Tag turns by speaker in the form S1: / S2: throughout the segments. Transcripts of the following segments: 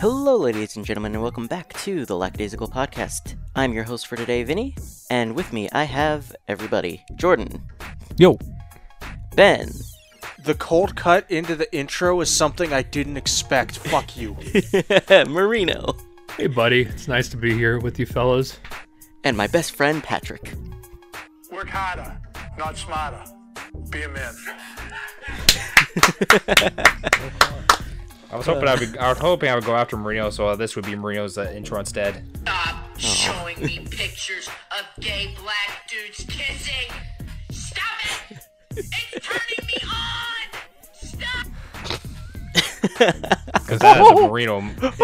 S1: Hello, ladies and gentlemen, and welcome back to the Lackadaisical Podcast. I'm your host for today, Vinny, and with me I have everybody Jordan,
S2: Yo,
S1: Ben,
S3: The cold cut into the intro is something I didn't expect. Fuck you.
S1: Marino,
S4: Hey, buddy. It's nice to be here with you fellas.
S1: and my best friend Patrick.
S5: Work harder, not smarter. Be a man.
S6: I was hoping I would. I was hoping I would go after Marino, so uh, this would be Marino's uh, intro instead.
S7: Stop showing me pictures of gay black dudes kissing. Stop it! It's turning me on! Stop!
S6: Because that is a Marino intro if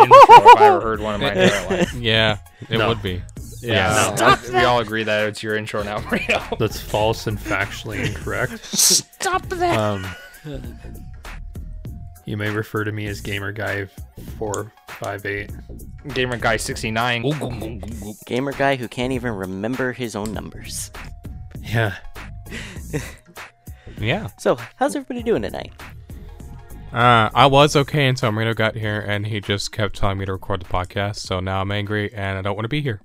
S6: I ever heard one in my entire life.
S2: yeah, it would be.
S6: Yeah, no, I- we all agree that it's your intro now, Marino.
S4: That's false and factually incorrect. Um, you may refer to me as Gamer Guy four five eight.
S6: Gamer guy sixty nine.
S1: Gamer guy who can't even remember his own numbers.
S4: Yeah,
S2: Yeah.
S1: So, how's everybody doing tonight?
S2: Uh, I was okay until Marino got here, and he just kept telling me to record the podcast. So now I'm angry, and I don't want to be here.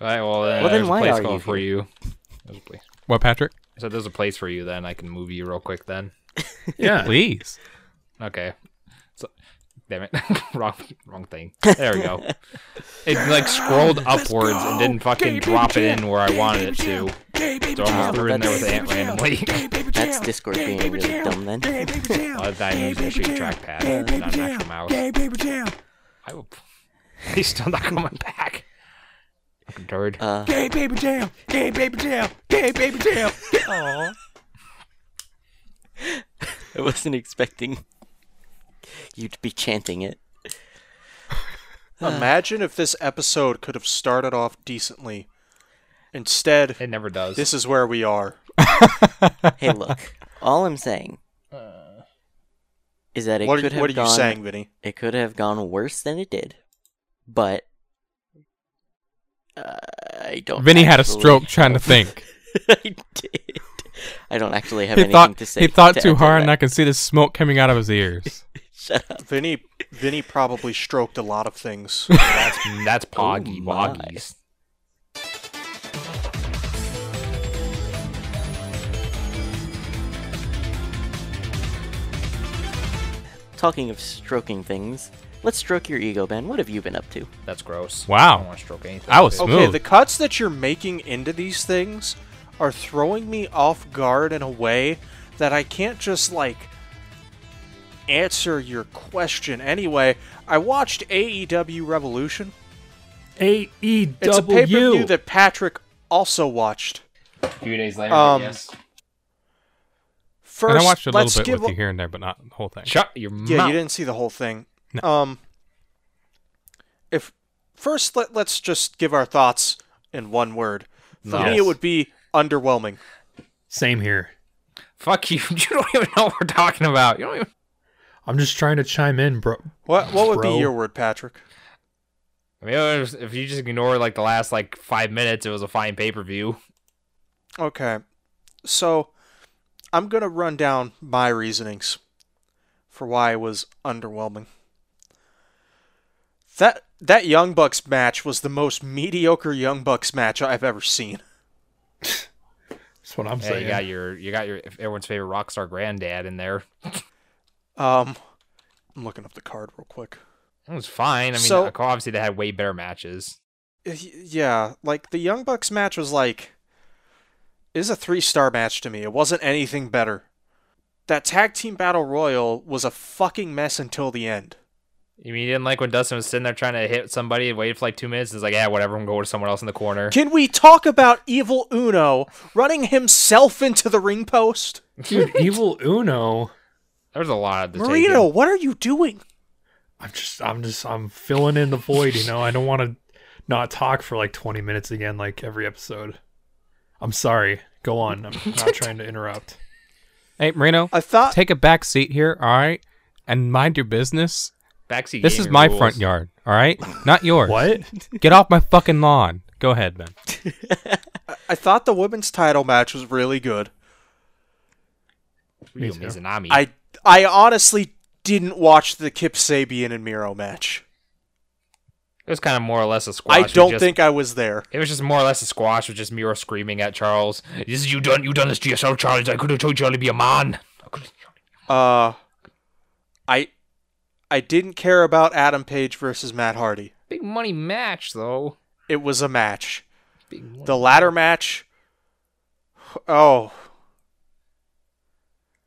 S6: All right, well, then,
S1: Well, then
S6: there's
S1: why
S6: a place
S1: are you
S6: called for
S1: here?
S6: you. There's a place.
S2: What, Patrick?
S6: I said there's a place for you. Then I can move you real quick. Then
S4: yeah.
S2: Please.
S6: okay. So, damn it, wrong, wrong thing. There we go. It like scrolled upwards and didn't fucking drop it in where I wanted it to. So I almost threw it in there with the ant randomly.
S1: That's Discord being really dumb then.
S6: Well, that I'm using a shitty trackpad, not an actual mouse. I will. He's still not coming back. Fucking turd.
S1: Uh, I wasn't expecting you to be chanting it.
S3: Imagine if this episode could have started off decently. Instead,
S6: it never does.
S3: this is where we are.
S1: Hey, look, all I'm saying is that it
S3: Uh, What
S1: could
S3: are,
S1: have
S3: what are you
S1: gone.
S3: saying, Vinny?
S1: It could have gone worse than it did, but uh, I don't.
S2: Vinny had a
S1: actually-
S2: stroke trying to think.
S1: I did. I don't actually have
S2: He
S1: anything
S2: thought
S1: to say.
S2: he thought
S1: to
S2: too
S1: add to
S2: hard, and
S1: that.
S2: I could see the smoke coming out of his ears.
S1: Shut up.
S3: Vinny, Vinny probably stroked a lot of things.
S6: that's that's
S3: Oh
S6: poggy
S1: Oh my.
S6: woggies.
S1: Talking of stroking things, let's stroke your ego, Ben. What have you been up to?
S6: That's gross.
S2: Wow.
S6: I don't want to stroke anything.
S2: I was
S3: okay,
S2: smooth.
S3: the cuts that you're making into these things are throwing me off guard in a way that I can't just like answer your question anyway. I watched AEW Revolution.
S4: A E
S3: It's a pay per view that Patrick also watched.
S6: A few days later.
S3: Um,
S6: yes.
S3: First,
S2: and I watched a little
S3: let's
S2: bit
S3: give
S2: with you here and there, but not the whole thing.
S6: Shut your
S3: Yeah,
S6: mouth.
S3: you didn't see the whole thing. Um, if first, let, let's just give our thoughts in one word. For me, it
S6: Yes.
S3: would be underwhelming.
S4: Same here.
S6: Fuck you. You don't even know what we're talking about. You don't even.
S4: I'm just trying to chime in, bro.
S3: What what would
S4: Bro.
S3: be your word, Patrick?
S6: I mean, it was- if you just ignore like the last like five minutes, it was a fine pay per view.
S3: Okay. So I'm going to run down my reasonings for why it was underwhelming. That that Young Bucks match was the most mediocre Young Bucks match I've ever seen.
S4: That's what I'm
S6: Yeah, you
S4: saying.
S6: got your you got your everyone's favorite rock star granddad in there.
S3: Um I'm looking up the card real quick.
S6: It was fine. I mean,
S3: So-
S6: obviously they had way better matches.
S3: Y- Yeah, like the Young Bucks match was like is a 3-star match to me. It wasn't anything better. That tag team battle royal was a fucking mess until the end.
S6: You mean you didn't like when Dustin was sitting there trying to hit somebody and waited for like two minutes? It's like, yeah, whatever, I'm going to someone else in the corner.
S3: Can we talk about Evil Uno running himself into the ring post?
S4: Dude, Evil Uno.
S6: There's a lot of the
S3: Marino, what are you doing?
S4: I'm just, I'm just, I'm filling in the void. You know, I don't want to not talk for like 20 minutes again, like every episode. I'm sorry. Go on. I'm not trying to interrupt.
S2: Hey, Marino,
S3: I thought
S2: take a back seat here, all right, and mind your business.
S6: Backseat
S2: This is
S6: gaming
S2: my
S6: rules.
S2: front yard, all right, not yours.
S4: What?
S2: Get off my fucking lawn. Go ahead, Ben.
S3: I thought the women's title match was really good.
S6: Ryu
S4: Me too.
S6: Mizunami.
S3: I I honestly didn't watch the Kip Sabian and Miro match.
S6: It was kind of more or less a squash.
S3: I
S6: with
S3: don't
S6: just-
S3: think I was there.
S6: It was just more or less a squash with just Miro screaming at Charles. This is you done. You done this to yourself, Charles. I could have told you to be a man. I coulda-
S3: Uh, I I didn't care about Adam Page versus Matt Hardy.
S6: Big money match though.
S3: It was a match.
S6: Big money.
S3: The ladder match. Oh,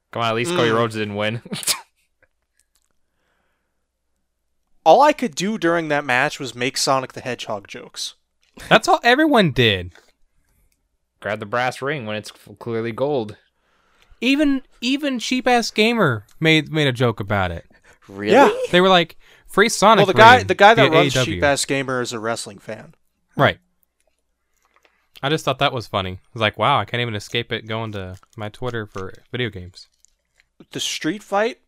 S6: Come on, at least Cody
S3: Mm.
S6: Rhodes didn't win.
S3: all I could do during that match was make Sonic the Hedgehog jokes.
S2: That's all everyone did.
S6: Grab the brass ring when it's f- clearly gold.
S2: Even even cheap ass gamer made made a joke about it.
S1: Really?
S3: Yeah.
S2: They were like, "Free Sonic."
S3: Well, the guy
S2: ring
S3: the guy that
S2: via
S3: runs
S2: AEW."
S3: Cheap Ass Gamer is a wrestling fan.
S2: Right. I just thought that was funny. I was like, wow, I can't even escape it going to my Twitter for video games.
S3: The street fight,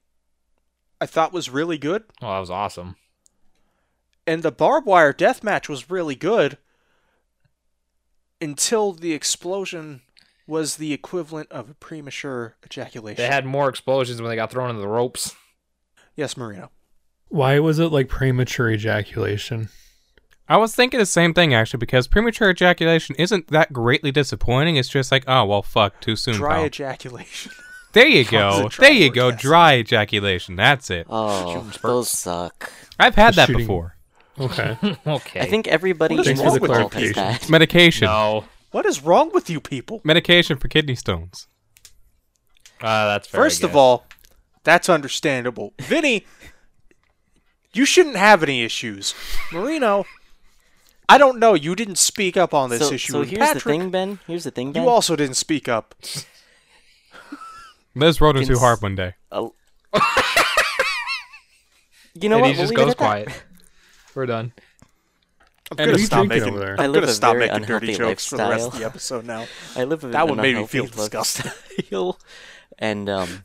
S3: I thought was really good,
S6: Oh, that was awesome.
S3: and the barbed wire death match was really good. Until the explosion was the equivalent of a premature ejaculation.
S6: They had more explosions when they got thrown into the ropes.
S3: yes, Marino.
S4: Why was it like premature ejaculation?
S2: I was thinking the same thing actually because premature ejaculation isn't that greatly disappointing. It's just like, oh well, fuck, too soon.
S3: Dry
S2: pal.
S3: ejaculation.
S2: there you
S3: Try
S2: go.
S3: the dry
S2: There you go.
S3: orgasm. Uh,
S2: Dry ejaculation. That's it.
S1: Oh, those suck.
S2: I've had that
S4: Shooting-
S2: before.
S4: Okay.
S6: okay.
S1: I think everybody
S3: What is
S4: wrong
S1: involved
S4: with
S1: has
S4: you people?
S1: that.
S2: Medication.
S6: no.
S3: What is wrong with you people?
S2: Medication for kidney stones.
S6: Uh, that's fair, I
S3: First of
S6: guess.
S3: all, that's understandable. Vinny, you shouldn't have any issues. Marino, I don't know. You didn't speak up on this
S1: So,
S3: issue.
S1: so
S3: And
S1: here's
S3: Patrick,
S1: the thing, Ben. Here's the thing, Ben.
S3: you also didn't speak up.
S2: Liz rolled her too
S1: Cons-
S2: hard one day.
S1: Oh. you know
S6: and
S1: what?
S6: he
S1: We'll
S6: just
S1: leave it
S6: goes
S1: at that.
S6: quiet. We're done.
S4: And
S3: I'm gonna
S4: you
S3: stop
S4: drinking
S3: making.
S4: over there.
S1: I
S3: I'm
S1: live
S3: gonna
S1: a
S3: stop
S1: very
S3: making dirty
S1: unhealthy
S3: jokes for the rest of the
S1: lifestyle.
S3: episode now.
S1: I live in
S3: That
S1: an
S3: would make me
S1: unhealthy
S3: feel disgusting.
S1: lifestyle. and um,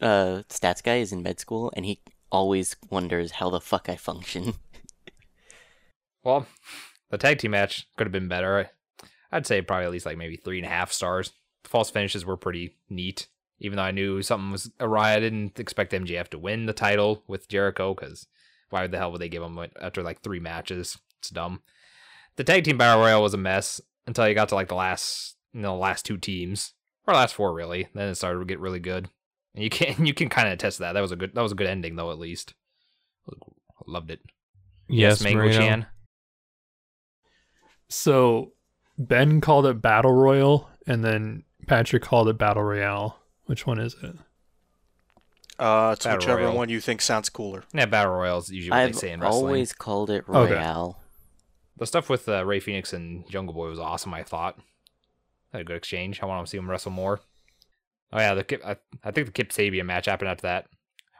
S1: uh, stats guy is in med school, and he always wonders how the fuck I function.
S6: Well, the tag team match could have been better. I'd say probably at least like maybe three and a half stars. The false finishes were pretty neat, even though I knew something was awry. I didn't expect MJF to win the title with Jericho because why the hell would they give him it after like three matches? It's dumb. The tag team battle royal was a mess until you got to like the last, you know, last two teams or last four really. Then it started to get really good, and you can you can kind of attest to that. That was a good that was a good ending though at least. Loved it.
S2: Yes,
S6: Mango
S2: Marino.
S6: Chan.
S4: So Ben called it Battle Royal, and then Patrick called it Battle Royale. Which one is it?
S3: Uh, it's
S6: Battle
S3: whichever
S6: Royal.
S3: one you think sounds cooler.
S6: Yeah, battle royals usually what they
S1: I've
S6: say in wrestling.
S1: always called it
S4: Okay.
S1: Royale.
S6: The stuff with uh, Ray Phoenix and Jungle Boy was awesome. I thought had a good exchange. I want to see him wrestle more. Oh yeah, the Kip, I, I think the Kip Sabian match happened after that,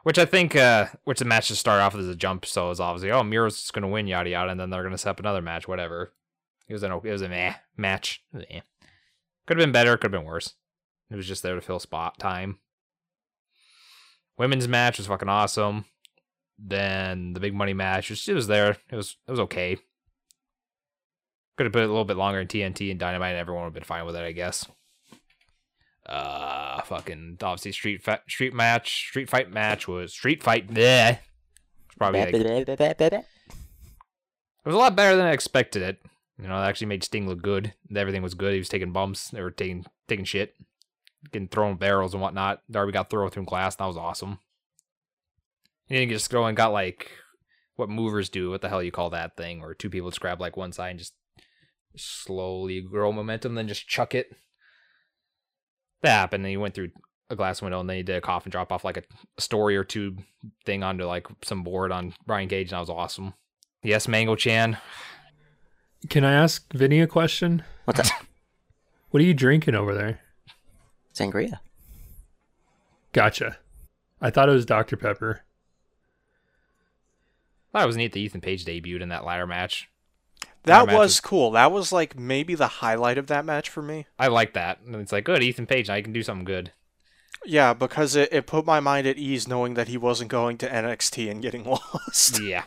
S6: which I think uh, which the match just started off as a jump, so it was obviously oh Miro's just gonna win yada yada, and then they're gonna set up another match, whatever. It was an it was a meh match. Could have been better. Could have been worse. It was just there to fill spot time. Women's match was fucking awesome. Then the big money match, just it was there. It was it was okay. Could have put it a little bit longer in TNT and Dynamite, and everyone would have been fine with it, I guess. Uh, fucking obviously street fa- street match, street fight match was street fight. Bleh. It's probably like, it was a lot better than I expected it. You know, it actually made Sting look good. Everything was good. He was taking bumps. They were taking taking shit, getting thrown barrels and whatnot. Darby got thrown through glass. And that was awesome. And then he just go and got like what movers do. What the hell you call that thing? Or two people just grab like one side and just slowly grow momentum, then just chuck it. That happened. And he went through a glass window, and then he did a coffin drop off like a story or two thing onto like some board on Brian Cage, and that was awesome. Yes, Mango Chan.
S4: Can I ask Vinny a question?
S1: What's up?
S4: What are you drinking over there?
S1: Sangria.
S4: Gotcha. I thought it was Dr. Pepper.
S6: Thought it was neat that Ethan Page debuted in that ladder match.
S3: That
S6: match
S3: was
S6: is-
S3: cool. That was like maybe the highlight of that match for me.
S6: I like that. And it's like, good, Ethan Page, now you can do something good.
S3: Yeah, because it, it put my mind at ease knowing that he wasn't going to NXT and getting lost.
S6: Yeah.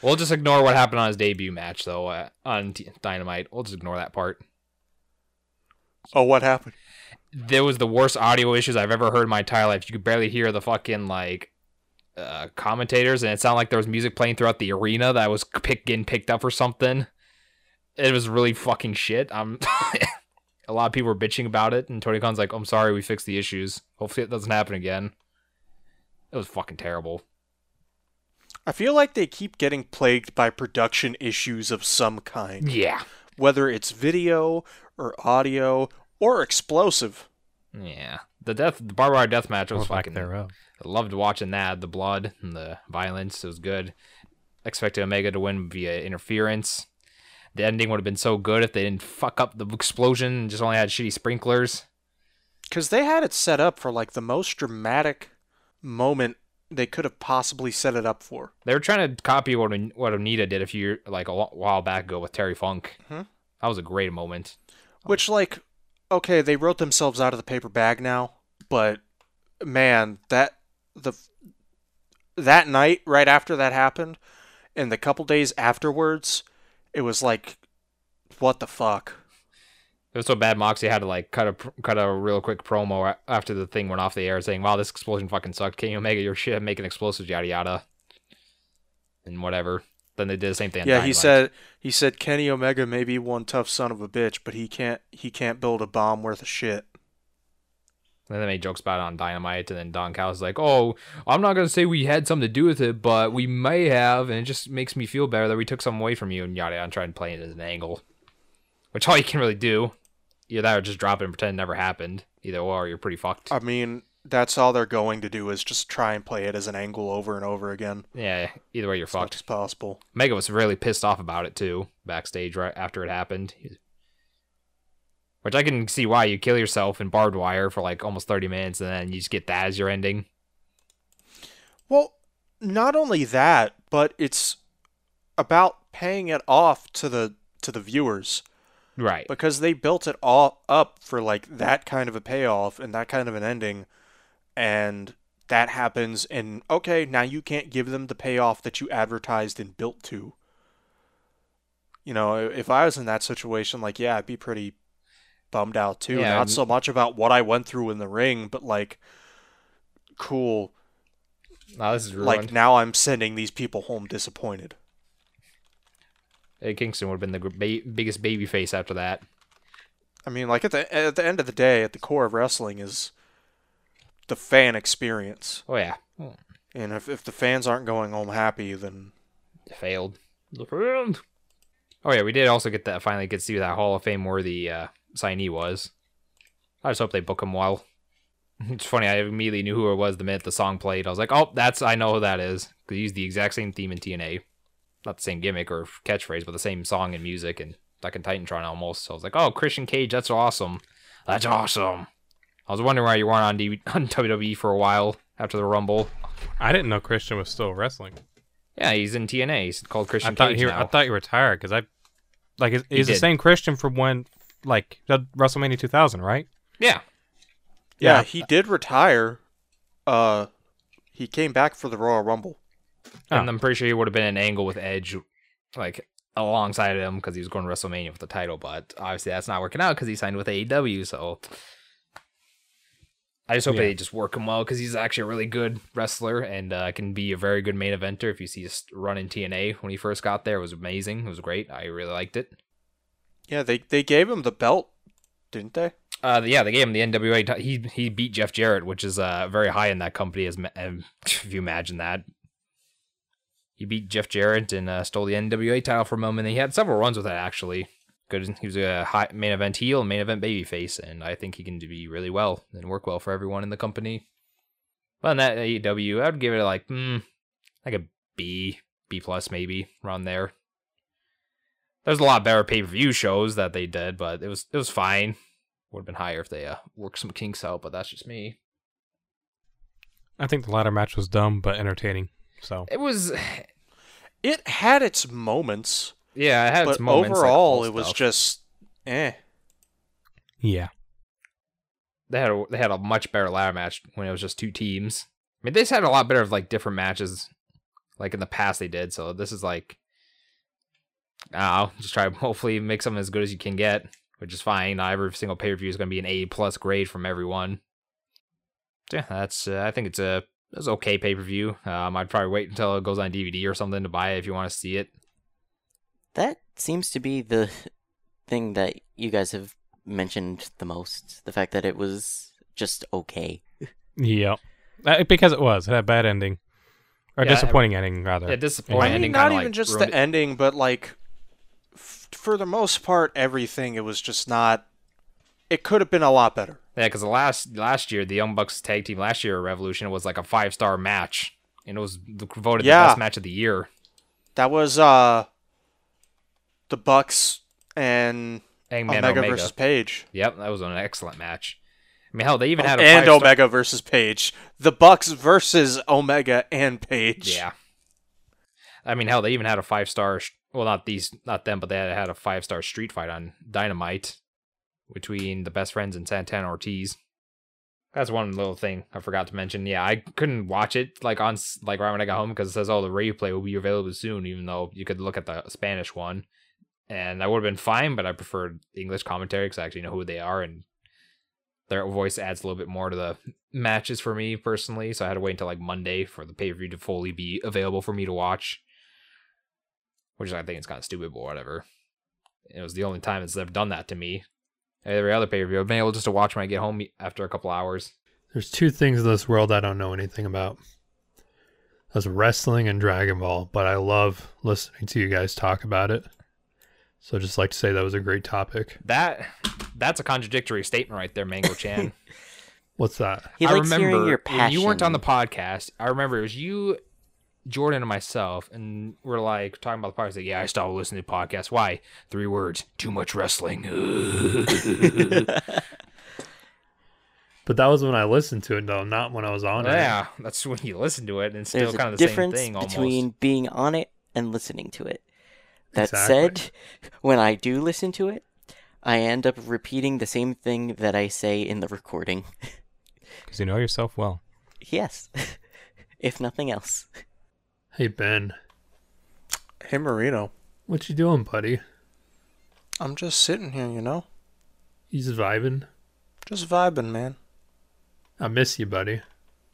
S6: We'll just ignore what happened on his debut match, though, uh, on T- Dynamite. We'll just ignore that part.
S3: oh, what happened?
S6: there was the worst audio issues I've ever heard in my entire life. You could barely hear the fucking like uh, commentators, and it sounded like there was music playing throughout the arena that was pick, getting picked up or something. It was really fucking shit. Um, a lot of people were bitching about it, and Tony Khan's like, "I'm sorry, we fixed the issues. Hopefully, it doesn't happen again." It was fucking terrible.
S3: I feel like they keep getting plagued by production issues of some kind,
S6: Yeah,
S3: whether it's video or audio or explosive.
S6: yeah. The death, the barbed wire death match was
S2: Or lack
S6: fucking
S2: thereof.
S6: I loved watching that. The blood and the violence. It was good. Expected Omega to win via interference. The ending would have been so good if they didn't fuck up the explosion and just only had shitty sprinklers.
S3: Because they had it set up for like the most dramatic moment they could have possibly set it up for.
S6: They were trying to copy what what Anita did a few like a lo- while back ago with Terry Funk.
S3: Mhm.
S6: That was a great moment.
S3: Which, like, okay, they wrote themselves out of the paper bag now, but man, that the that night right after that happened, and the couple days afterwards, it was like, what the fuck?
S6: It was so bad Moxie had to like cut a pr- cut a real quick promo a- after the thing went off the air saying, "Wow, this explosion fucking sucked. Kenny Omega, your shit at making explosives, yada yada." And whatever. Then they did the same thing. on
S3: yeah, he
S6: Dynamite.
S3: said he said Kenny Omega may be one tough son of a bitch, but he can't he can't build a bomb worth of shit.
S6: And then they made jokes about it on Dynamite, and then Don Callis is like, "Oh, I'm not gonna say we had something to do with it, but we may have, and it just makes me feel better that we took something away from you." And yada, yada, and trying to play it as an angle, which all you can really do, either that or just drop it and pretend it never happened. Either or, you're pretty fucked.
S3: I mean, that's all they're going to do is just try and play it as an angle over and over again
S6: yeah, either way, you're
S3: as much
S6: fucked.
S3: as possible.
S6: Mega was really pissed off about it too, backstage right after it happened. He- Which I can see why you kill yourself in barbed wire for like almost 30 minutes, and then you just get that as your ending.
S3: Well, not only that, but it's about paying it off to the to the viewers
S6: Right.
S3: because they built it all up for like that kind of a payoff and that kind of an ending and that happens and okay, now you can't give them the payoff that you advertised and built to. You know, i- if I was in that situation like yeah, I'd be pretty bummed out too.
S6: Yeah,
S3: not
S6: and-
S3: so much about what I went through in the ring, but like cool
S6: Now Oh, this is ruined.
S3: like now I'm sending these people home disappointed.
S6: Eddie Uh, Kingston would have been the gr- ba- biggest baby face after that.
S3: I mean, like at the at the end of the day, at the core of wrestling is the fan experience,
S6: Oh yeah,
S3: and if if the fans aren't going home happy, then
S6: failed. Oh yeah, we did also get that. Finally, get to see who that Hall of Fame worthy uh, signee was. I just hope they book him well. It's funny. I immediately knew who it was the minute the song played. I was like, "Oh, that's I know who that is." Because he used the exact same theme in TNA, not the same gimmick or catchphrase, but the same song and music and like in Titantron almost. So I was like, "Oh, Christian Cage, that's awesome. That's awesome." I was wondering why you weren't on, D- on WWE for a while after the Rumble.
S2: I didn't know Christian was still wrestling.
S6: Yeah, he's in TNA. He's called Christian
S2: I thought
S6: Cage
S2: he,
S6: now.
S2: I thought he retired because I, like, he's,
S6: He
S2: he's the
S6: did.
S2: same Christian from when, like, the WrestleMania 2000, right?
S6: yeah,
S3: yeah,
S2: Yeah.
S3: he did retire. Uh, he came back for the Royal Rumble.
S6: and I'm pretty sure he would have been an angle with Edge, like alongside of him because he was going to WrestleMania with the title. But obviously, that's not working out because he signed with AEW. So I just hope
S2: Yeah.
S6: they just work him well because he's actually a really good wrestler and uh, can be a very good main eventer. If you see his run in TNA when he first got there, it was amazing. It was great. I really liked it.
S3: Yeah, they they gave him the belt, didn't they?
S6: Uh, yeah, they gave him the NWA. ti- he he beat Jeff Jarrett, which is uh very high in that company. As ma- um, if you imagine that, he beat Jeff Jarrett and uh, stole the NWA title from him, and he had several runs with that actually. Good, he was a high main event heel and main event babyface, and I think he can be really well and work well for everyone in the company. Well, in that AEW, I would give it like hmm, like a B, B plus maybe around there. There's a lot better pay per view shows that they did, but it was it was fine would have been higher if they uh, worked some kinks out, but that's just me.
S2: I think the latter match was dumb but entertaining. So
S6: It was,
S3: It had its moments,
S6: yeah, it had its
S3: but
S6: moments. like
S3: overall,
S6: all
S3: it was
S6: stuff.
S3: just eh.
S2: yeah,
S6: they had a, they had a much better ladder match when it was just two teams. I mean, they just had a lot better of like different matches, like in the past they did. So this is like, I'll just try to hopefully make something as good as you can get, which is fine. Not every single pay per view is going to be an A plus grade from everyone. So, yeah, that's uh, I think it's a It was okay pay per view. Um, I'd probably wait until it goes on DVD or something to buy it if you want to see it.
S1: That seems to be the thing that you guys have mentioned the most. The fact that it was just okay.
S2: Yep. Uh, because it was. It had a bad ending. Or
S6: Yeah,
S2: disappointing ending, rather.
S6: Yeah, disappointing.
S2: I
S3: I mean,
S6: ending
S3: not
S6: kinda,
S3: even
S6: like,
S3: just the
S6: ruined it.
S3: ending, but like f- for the most part, everything it was just not. It could have been a lot better.
S6: Yeah, because last last year the Young Bucks tag team last year at Revolution was like a five star match, and it was the- voted
S3: Yeah.
S6: the best match of the year.
S3: That was uh, the Bucks and
S6: Hangman
S3: Omega,
S6: Omega,
S3: versus Page,
S6: Yep, that was an excellent match. I mean, hell, they even had a
S3: Oh, and
S6: five-star-
S3: Omega versus Page. The Bucks versus Omega and Page.
S6: Yeah. I mean, hell, they even had a five star. Well, not these, not them, but they had had a five star street fight on Dynamite between the best friends and Santana Ortiz. That's one little thing I forgot to mention. Yeah, I couldn't watch it like on s- like right when I got home because it says, "Oh, the replay will be available soon." Even though you could look at the Spanish one, and I would have been fine, but I preferred English commentary because I actually know who they are and their voice adds a little bit more to the matches for me personally, so I had to wait until like Monday for the pay per view to fully be available for me to watch. Which I think is kind of stupid, but whatever. It was the only time it's ever done that to me. Every other pay per view, I've been able just to watch when I get home after a couple hours.
S4: There's two things in this world I don't know anything about. That's wrestling and Dragon Ball, but I love listening to you guys talk about it. So I'd just like to say that was a great topic.
S6: That that's a contradictory statement right there, Mango Chan.
S4: What's that?
S1: He
S6: I
S1: likes
S6: remember
S1: hearing your
S6: when
S1: passion.
S6: you weren't on the podcast. I remember it was you, Jordan, and myself, and we're like talking about the podcast. Like, yeah, I stopped listening to podcasts. Why? Three words: too much wrestling.
S4: But that was when I listened to it though, not when I was on it.
S6: yeah, that's when you listen to it, and it's still
S1: There's
S6: kind
S1: a
S6: of the same
S1: difference
S6: thing almost.
S1: between being on it and listening to it. That
S4: Exactly.
S1: said, when I do listen to it, I end up repeating the same thing that I say in the recording.
S2: Because you know yourself well.
S1: yes. if nothing else.
S4: Hey Ben,
S3: Hey Marino,
S4: what you doing, buddy?
S3: I'm just sitting here, you know,
S4: He's vibing.
S3: just vibing, man.
S4: I miss you, buddy.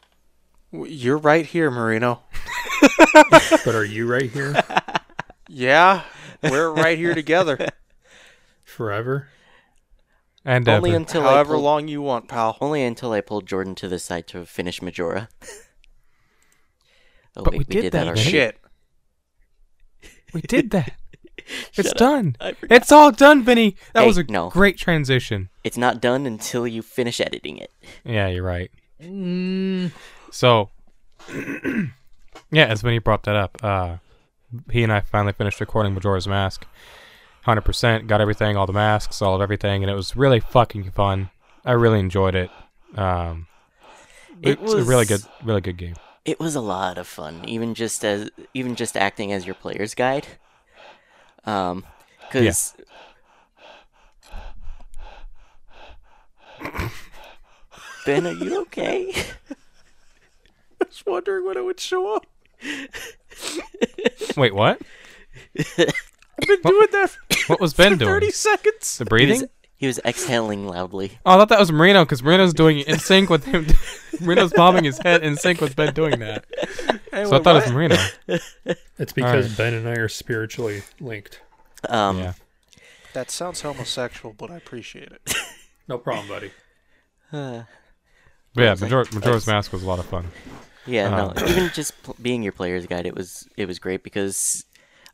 S3: W- You're right here, Marino.
S4: But are you right here
S3: Yeah, we're right here together.
S4: forever?
S2: And uh,
S1: Only
S2: ever.
S1: until I
S3: However
S1: pulled,
S3: long you want, pal.
S1: only until I pulled Jordan to the side to finish Majora. oh
S2: But
S1: wait,
S2: we did that,
S1: already.
S2: right?
S3: Shit.
S2: we did that. it's
S1: up.
S2: done.
S1: I forgot.
S2: It's all done, Vinny. That
S1: Hey,
S2: was a
S1: no.
S2: great transition.
S1: It's not done until you finish editing it.
S2: Yeah, you're right.
S3: Mm.
S2: So, yeah, as Vinny brought that up, uh, he and I finally finished recording Majora's Mask. 100%, got everything, all the masks, all of everything, and it was really fucking fun. I really enjoyed it. Um,
S1: It
S2: it's
S1: was
S2: a really good, really good game.
S1: It was a lot of fun, even just as even just acting as your player's guide. Um, because Ben, are you okay?
S3: Just wondering when it would show up.
S2: Wait, what?
S3: I've been doing that for
S2: What was Ben doing?
S3: 30 seconds.
S1: He
S2: The
S1: was,
S2: breathing?
S1: he was exhaling loudly.
S2: Oh, I thought that was Marino because Marino's doing it in sync with him. Marino's bobbing his head in sync with Ben doing that. so I thought it was Marino.
S4: It's because
S2: right.
S4: Ben and I are spiritually linked.
S1: Um,
S2: Yeah.
S3: That sounds homosexual, but I appreciate it.
S4: No problem, buddy.
S2: But yeah, Major- Majora's Mask was a lot of fun.
S1: Yeah, no.
S2: Um,
S1: Even just pl- being your player's guide, it was it was great because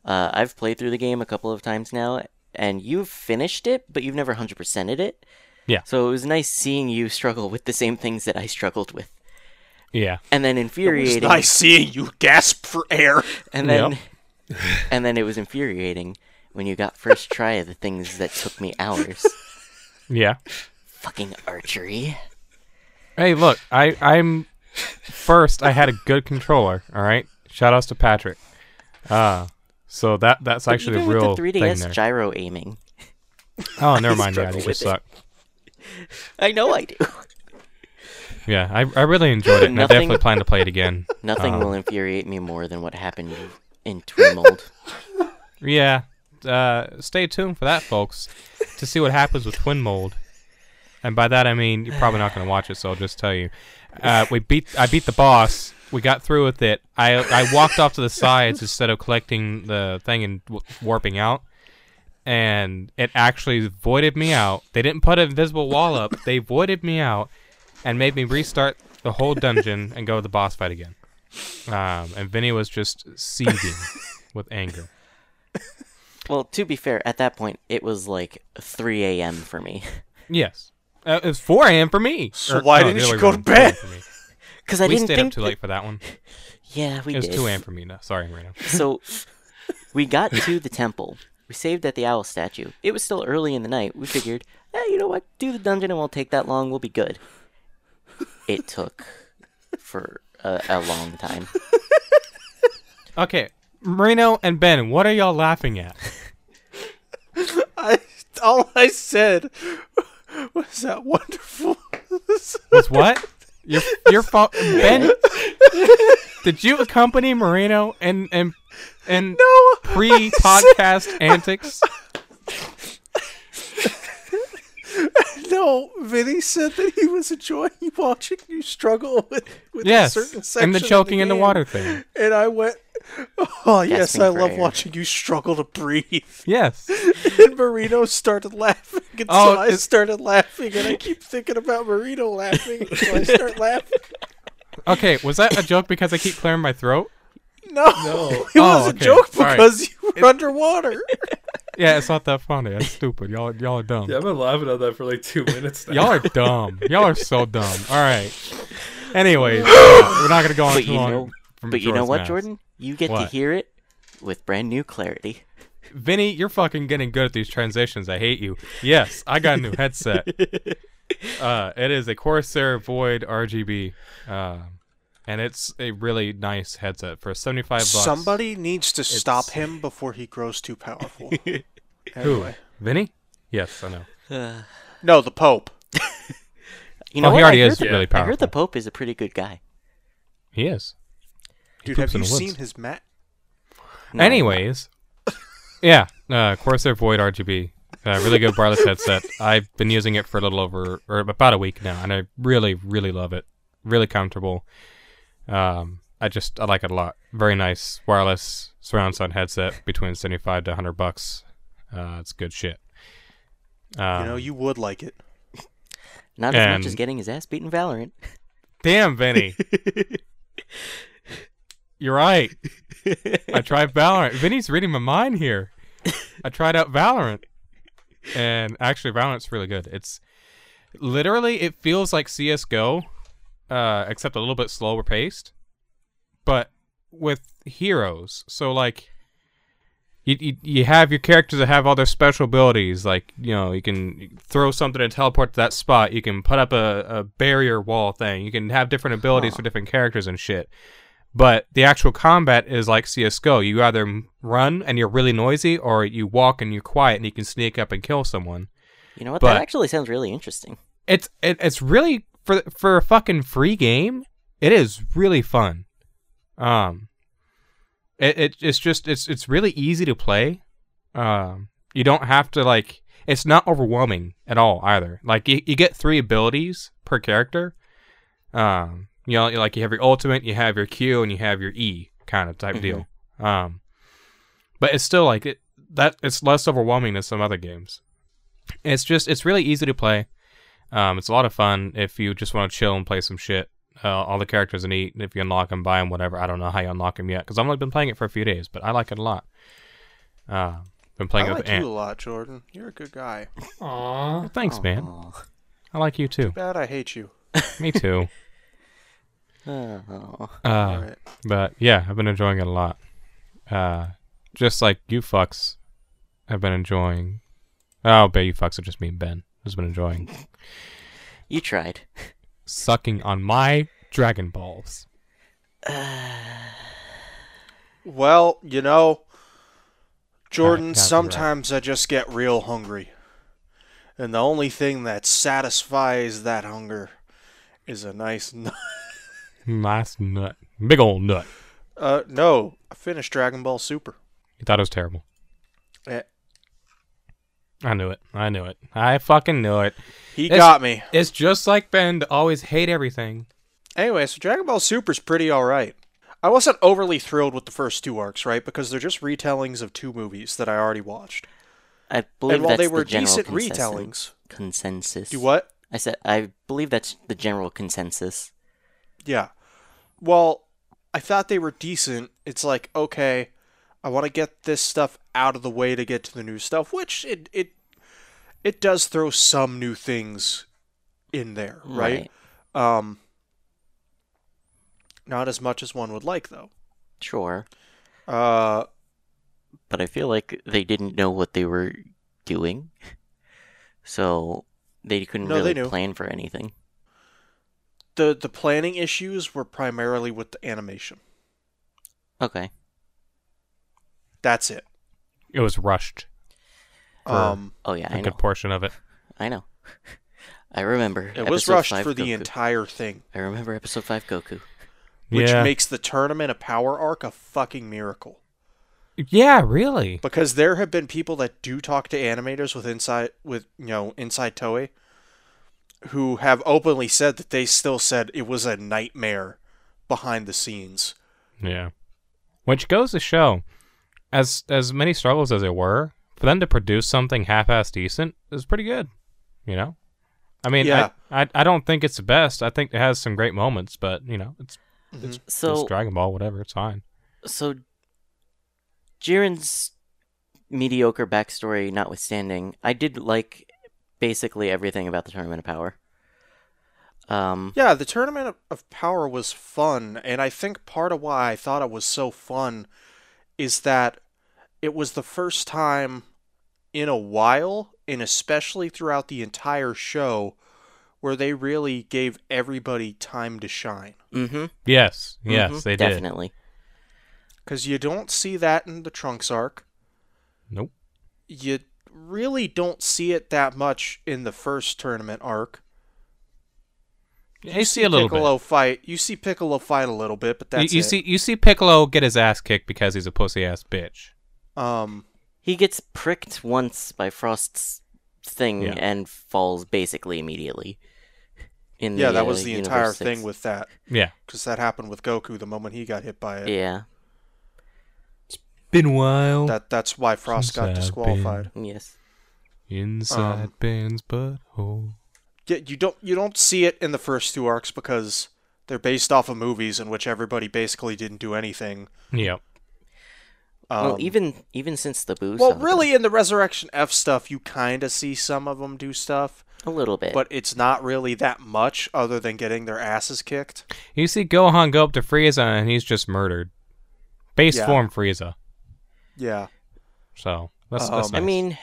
S1: uh, I've played through the game a couple of times now, and you've finished it, but you've never hundred percented it.
S2: Yeah.
S1: So it was nice seeing you struggle with the same things that I struggled with,
S2: Yeah.
S1: and then infuriating.
S3: Nice seeing you gasp for air.
S1: And then, and then it was infuriating when you got first try of the things that took me hours.
S2: Yeah.
S1: Fucking archery.
S2: Hey, look, I, I'm first. I had a good controller. All right. Shout outs to Patrick. Uh, so that that's actually
S1: Even
S2: the real
S1: with the 3DS
S2: thing there.
S1: gyro aiming.
S2: oh, never mind. Yeah,
S1: struggle
S2: these
S1: with
S2: just
S1: it.
S2: suck.
S1: I know I do.
S2: Yeah, I, I really enjoyed it, and I
S1: Nothing-
S2: definitely plan to play it again.
S1: Nothing will infuriate me more than what happened in Twin Mold.
S2: Yeah. Uh, stay tuned for that, folks, to see what happens with Twin Mold. and by that I mean you're probably not going to watch it. So I'll just tell you, uh, we beat I beat the boss. We got through with it. I I walked off to the sides instead of collecting the thing and w- warping out, and it actually voided me out. They didn't put an invisible wall up. They voided me out, and made me restart the whole dungeon and go to the boss fight again. Um, and Vinny was just seething with anger.
S1: Well, to be fair, at that point it was like 3 a.m. for me
S2: Yes. Uh, it was 4 a.m. for me. oh,
S3: So why didn't
S2: the other
S3: you
S2: way
S3: go
S2: around,
S3: to
S2: 4 a.m.
S3: bed?
S2: for me.
S1: because I
S2: We
S1: didn't
S2: stayed
S1: think.
S2: up too late for that one.
S1: Yeah, we
S2: It was
S1: did.
S2: 2 a.m. for me. No, sorry, Marino.
S1: So we got to the temple. We saved at the owl statue. It was still early in the night. We figured, eh, you know what? Do the dungeon. It won't take that long. We'll be good. It took for a, a long time.
S2: Okay, Marino and Ben, what are y'all laughing at?
S3: I, all I said was that wonderful.
S2: Was what? Your your fault, Ben. Did you accompany Marino and and and
S3: no,
S2: pre-podcast antics?
S3: no. Vinny said that he was enjoying watching you struggle with, with a certain
S2: Yes,
S3: section
S2: and the
S3: of
S2: choking in the
S3: game.
S2: water thing.
S3: And I went, oh yes,
S1: Gasping
S3: I
S1: for
S3: love
S1: air.
S3: watching you struggle to breathe.
S2: Yes.
S3: And Marino started laughing, and
S2: Oh,
S3: so I
S2: it's-
S3: started laughing, and I keep thinking about Marino laughing, so I start laughing.
S2: Okay, was that a joke because I keep clearing my throat?
S3: No, Oh, it was a
S2: okay.
S3: joke
S2: All right.
S3: because you were underwater.
S2: Yeah, it's not that funny. That's stupid. Y'all y'all are dumb.
S4: Yeah, I've been laughing at that for like two minutes now.
S2: Y'all are dumb. Y'all are so dumb. All right. Anyways, uh, we're not gonna go on
S1: But
S2: too
S1: you
S2: long.
S1: know-
S2: from
S1: But you know
S2: Majora's
S1: what,
S2: Mask.
S1: Jordan? You get to
S2: What?
S1: hear it with brand new clarity.
S2: Vinny, you're fucking getting good at these transitions. I hate you. Yes, I got a new headset. uh, it is a Corsair Void RGB, um, and it's a really nice headset for 75 bucks.
S3: Somebody needs to stop him before he grows too powerful.
S2: who? Vinny? Yes, I know.
S3: No, the Pope.
S1: You know
S2: oh,
S1: what? I
S2: he already
S1: heard
S2: is
S1: the-
S2: really
S1: I heard the
S2: powerful.
S1: Pope is a pretty good guy.
S2: He is.
S3: Dude,
S2: poops
S3: have
S2: in
S3: you
S2: the woods.
S3: seen his mat?
S1: No.
S2: Anyways, yeah, uh, Corsair Void RGB, uh, really good wireless headset. I've been using it for a little over or about a week now, and I really, really love it. Really comfortable. Um, I just I like it a lot. Very nice wireless surround sound headset between seventy five to hundred bucks. Uh, it's good shit. Um,
S3: You know, you would like it.
S1: Not as much as
S2: And-
S1: getting his ass beat in Valorant.
S2: Damn, Vinny. You're right. I tried Valorant. Vinny's reading my mind here. I tried out Valorant. And actually Valorant's really good. It's literally it feels like CS:GO uh except a little bit slower paced, but with heroes. So like you, you, you have your characters that have all their special abilities. Like, you know, you can throw something and teleport to that spot. You can put up a, a barrier wall thing. You can have different abilities for different characters and shit. But the actual combat is like CSGO. You either m- run and you're really noisy, or you walk and you're quiet and you can sneak up and kill someone.
S1: You know what? that
S2: But-
S1: actually sounds really interesting.
S2: It's it, it's really for for a fucking free game. It is really fun. Um, it, it it's just it's it's really easy to play. Um, you don't have to like. It's not overwhelming at all either. Like you, you get three abilities per character. Um, you know, like you have your ultimate, you have your Q, and you have your E kind of type deal. Um, but it's still like it that it's less overwhelming than some other games. It's just it's really easy to play. Um, it's a lot of fun if you just want to chill and play some shit. Uh, all the characters are neat. and If you unlock them, buy them, whatever. I don't know how you unlock them yet because I've only been playing it for a few days, but I like it a lot. Uh, been playing
S3: I
S2: it
S3: like
S2: with
S3: you
S2: Ant. Oh,
S3: a Oh, lot, Jordan. You're a good guy.
S4: Aw.
S2: Thanks, man.
S1: Aw.
S2: I like you too.
S3: Bad, I hate you.
S2: Me too.
S1: Oh.
S2: Uh,
S3: All right.
S2: But yeah, I've been enjoying it a lot. Uh, just like you fucks, I've been enjoying. Oh, but you fucks are just me and Ben. Has been enjoying
S1: You tried.
S2: sucking on my Dragon Balls.
S3: Well, you know, Jordan,
S2: copyright.
S3: sometimes I just get real hungry. And the only thing that satisfies that hunger is a nice nut.
S2: Nice nut, big old nut.
S3: Uh, no, I finished Dragon Ball Super.
S1: Eh.
S2: You thought it was terrible.
S3: Eh,
S2: I knew it. I knew it. I fucking knew it.
S3: He
S2: It's-
S3: got me.
S2: It's just like Ben to always hate everything.
S3: Anyway, so Dragon Ball Super's pretty alright. I wasn't overly thrilled with the first two arcs, right? Because they're just retellings of two movies that I already watched.
S1: I believe
S3: and while
S1: that's
S3: they were
S1: the general
S3: decent
S1: consensus.
S3: retellings,
S1: Consensus.
S3: do what?
S1: I said I believe that's the general consensus.
S3: Yeah. Well, I thought they were decent. It's like, okay, I want to get this stuff out of the way to get to the new stuff, which it it it does throw some new things in there, right? Um not as much as one would like though.
S1: Sure.
S3: Uh
S1: But I feel like they didn't know what they were doing. So they couldn't
S3: No, they
S1: really
S3: knew.
S1: plan for anything.
S3: the the planning issues were primarily with the animation.
S1: Okay.
S3: That's it.
S2: It was rushed. For
S3: Um
S1: Oh yeah,
S2: a
S1: I know.
S2: good portion of it.
S1: I know. I remember.
S3: it was
S1: episode
S3: rushed
S1: five
S3: for the
S1: Goku.
S3: entire thing,
S1: I remember episode five Goku.
S3: which
S2: yeah.
S3: makes the tournament a power arc a fucking miracle.
S2: yeah, really.
S3: because there have been people that do talk to animators with inside with you know inside Toei who have openly said that they still said it was a nightmare behind the scenes.
S2: Yeah. Which goes to show, as as many struggles as there were, for them to produce something half ass decent is pretty good. You know? I mean
S3: Yeah.
S2: I, I I don't think it's the best. I think it has some great moments, but you know, it's
S3: Mm-hmm.
S2: it's
S1: So
S2: Dragon Ball, whatever, it's fine.
S1: so Jiren's mediocre backstory notwithstanding, I did like basically everything about the Tournament of Power. Um
S3: Yeah, the tournament of, of power was fun, and I think part of why I thought it was so fun is that it was the first time in a while, and especially throughout the entire show, where they really gave everybody time to shine.
S1: mhm,
S2: Yes.
S3: Mm-hmm.
S2: Yes,
S1: mhm,
S2: they did.
S1: definitely.
S3: Because you don't see that in the Trunks arc.
S2: Nope.
S3: You really don't see it that much in the first tournament arc.
S2: You see a little
S3: Piccolo
S2: bit.
S3: fight. You see Piccolo fight a little bit, but that's
S2: you you
S3: it.
S2: see you see Piccolo get his ass kicked because he's a pussy ass bitch.
S3: um,
S1: He gets pricked once by Frost's thing
S2: Yeah.
S1: and falls basically immediately. In
S3: yeah,
S1: the,
S3: that
S1: uh,
S3: was the
S1: Universe
S3: entire
S1: Six.
S3: thing with that,
S2: Yeah.
S3: because that happened with Goku the moment he got hit by it.
S1: Yeah.
S2: Been wild.
S3: That that's why Frost
S2: Since I've
S3: got
S2: been-
S3: disqualified.
S1: Yes.
S2: Inside
S3: Um,
S2: Ben's butthole.
S3: Yeah, you don't you don't see it in the first two arcs because they're based off of movies in which everybody basically didn't do anything.
S2: Yep.
S3: Um,
S1: well, even even since the boost.
S3: Well, really, in the Resurrection F stuff, you kind of see some of them do stuff,
S1: a little bit.
S3: but it's not really that much other than getting their asses kicked.
S2: You see Gohan go up to Frieza and he's just murdered. Base
S3: Yeah.
S2: form Frieza.
S3: Yeah.
S2: So that's, that's
S3: Um,
S1: Uh, I
S2: nice.
S1: mean,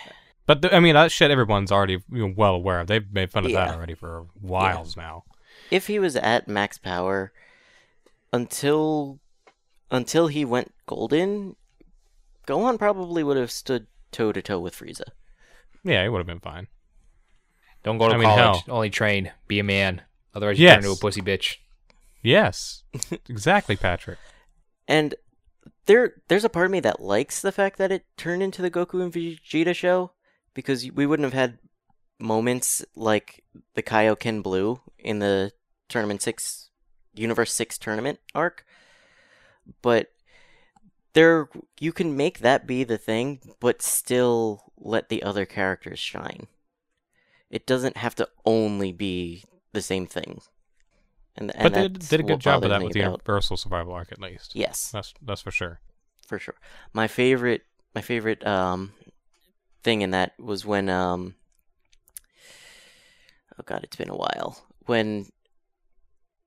S2: but th- I mean that shit everyone's already you know, well aware of. They've made fun of
S1: Yeah.
S2: that already for whiles now.
S1: if he was at max power until until he went golden, Gohan probably would have stood toe to toe with Frieza.
S2: Yeah, it would have been fine.
S6: Don't go to
S2: I mean,
S6: college.
S2: hell.
S6: Only train. Be a man. Otherwise, you turn into a
S2: Yes.
S6: pussy bitch.
S2: Yes, exactly, Patrick.
S1: And there there's a part of me that likes the fact that it turned into the Goku and Vegeta show because we wouldn't have had moments like the Kaioken Blue in the tournament 6 universe 6 tournament arc. But there you can make that be the thing but still let the other characters shine. It doesn't have to only be the same thing. And, and
S2: but they did,
S1: that's
S2: did a
S1: what
S2: good job of
S1: bothers
S2: that
S1: me
S2: with the
S1: about-
S2: Universal Survival Arc, at least.
S1: Yes
S2: That's that's for sure.
S1: for sure. My favorite, my favorite um, thing in that was when um, oh god, it's been a while when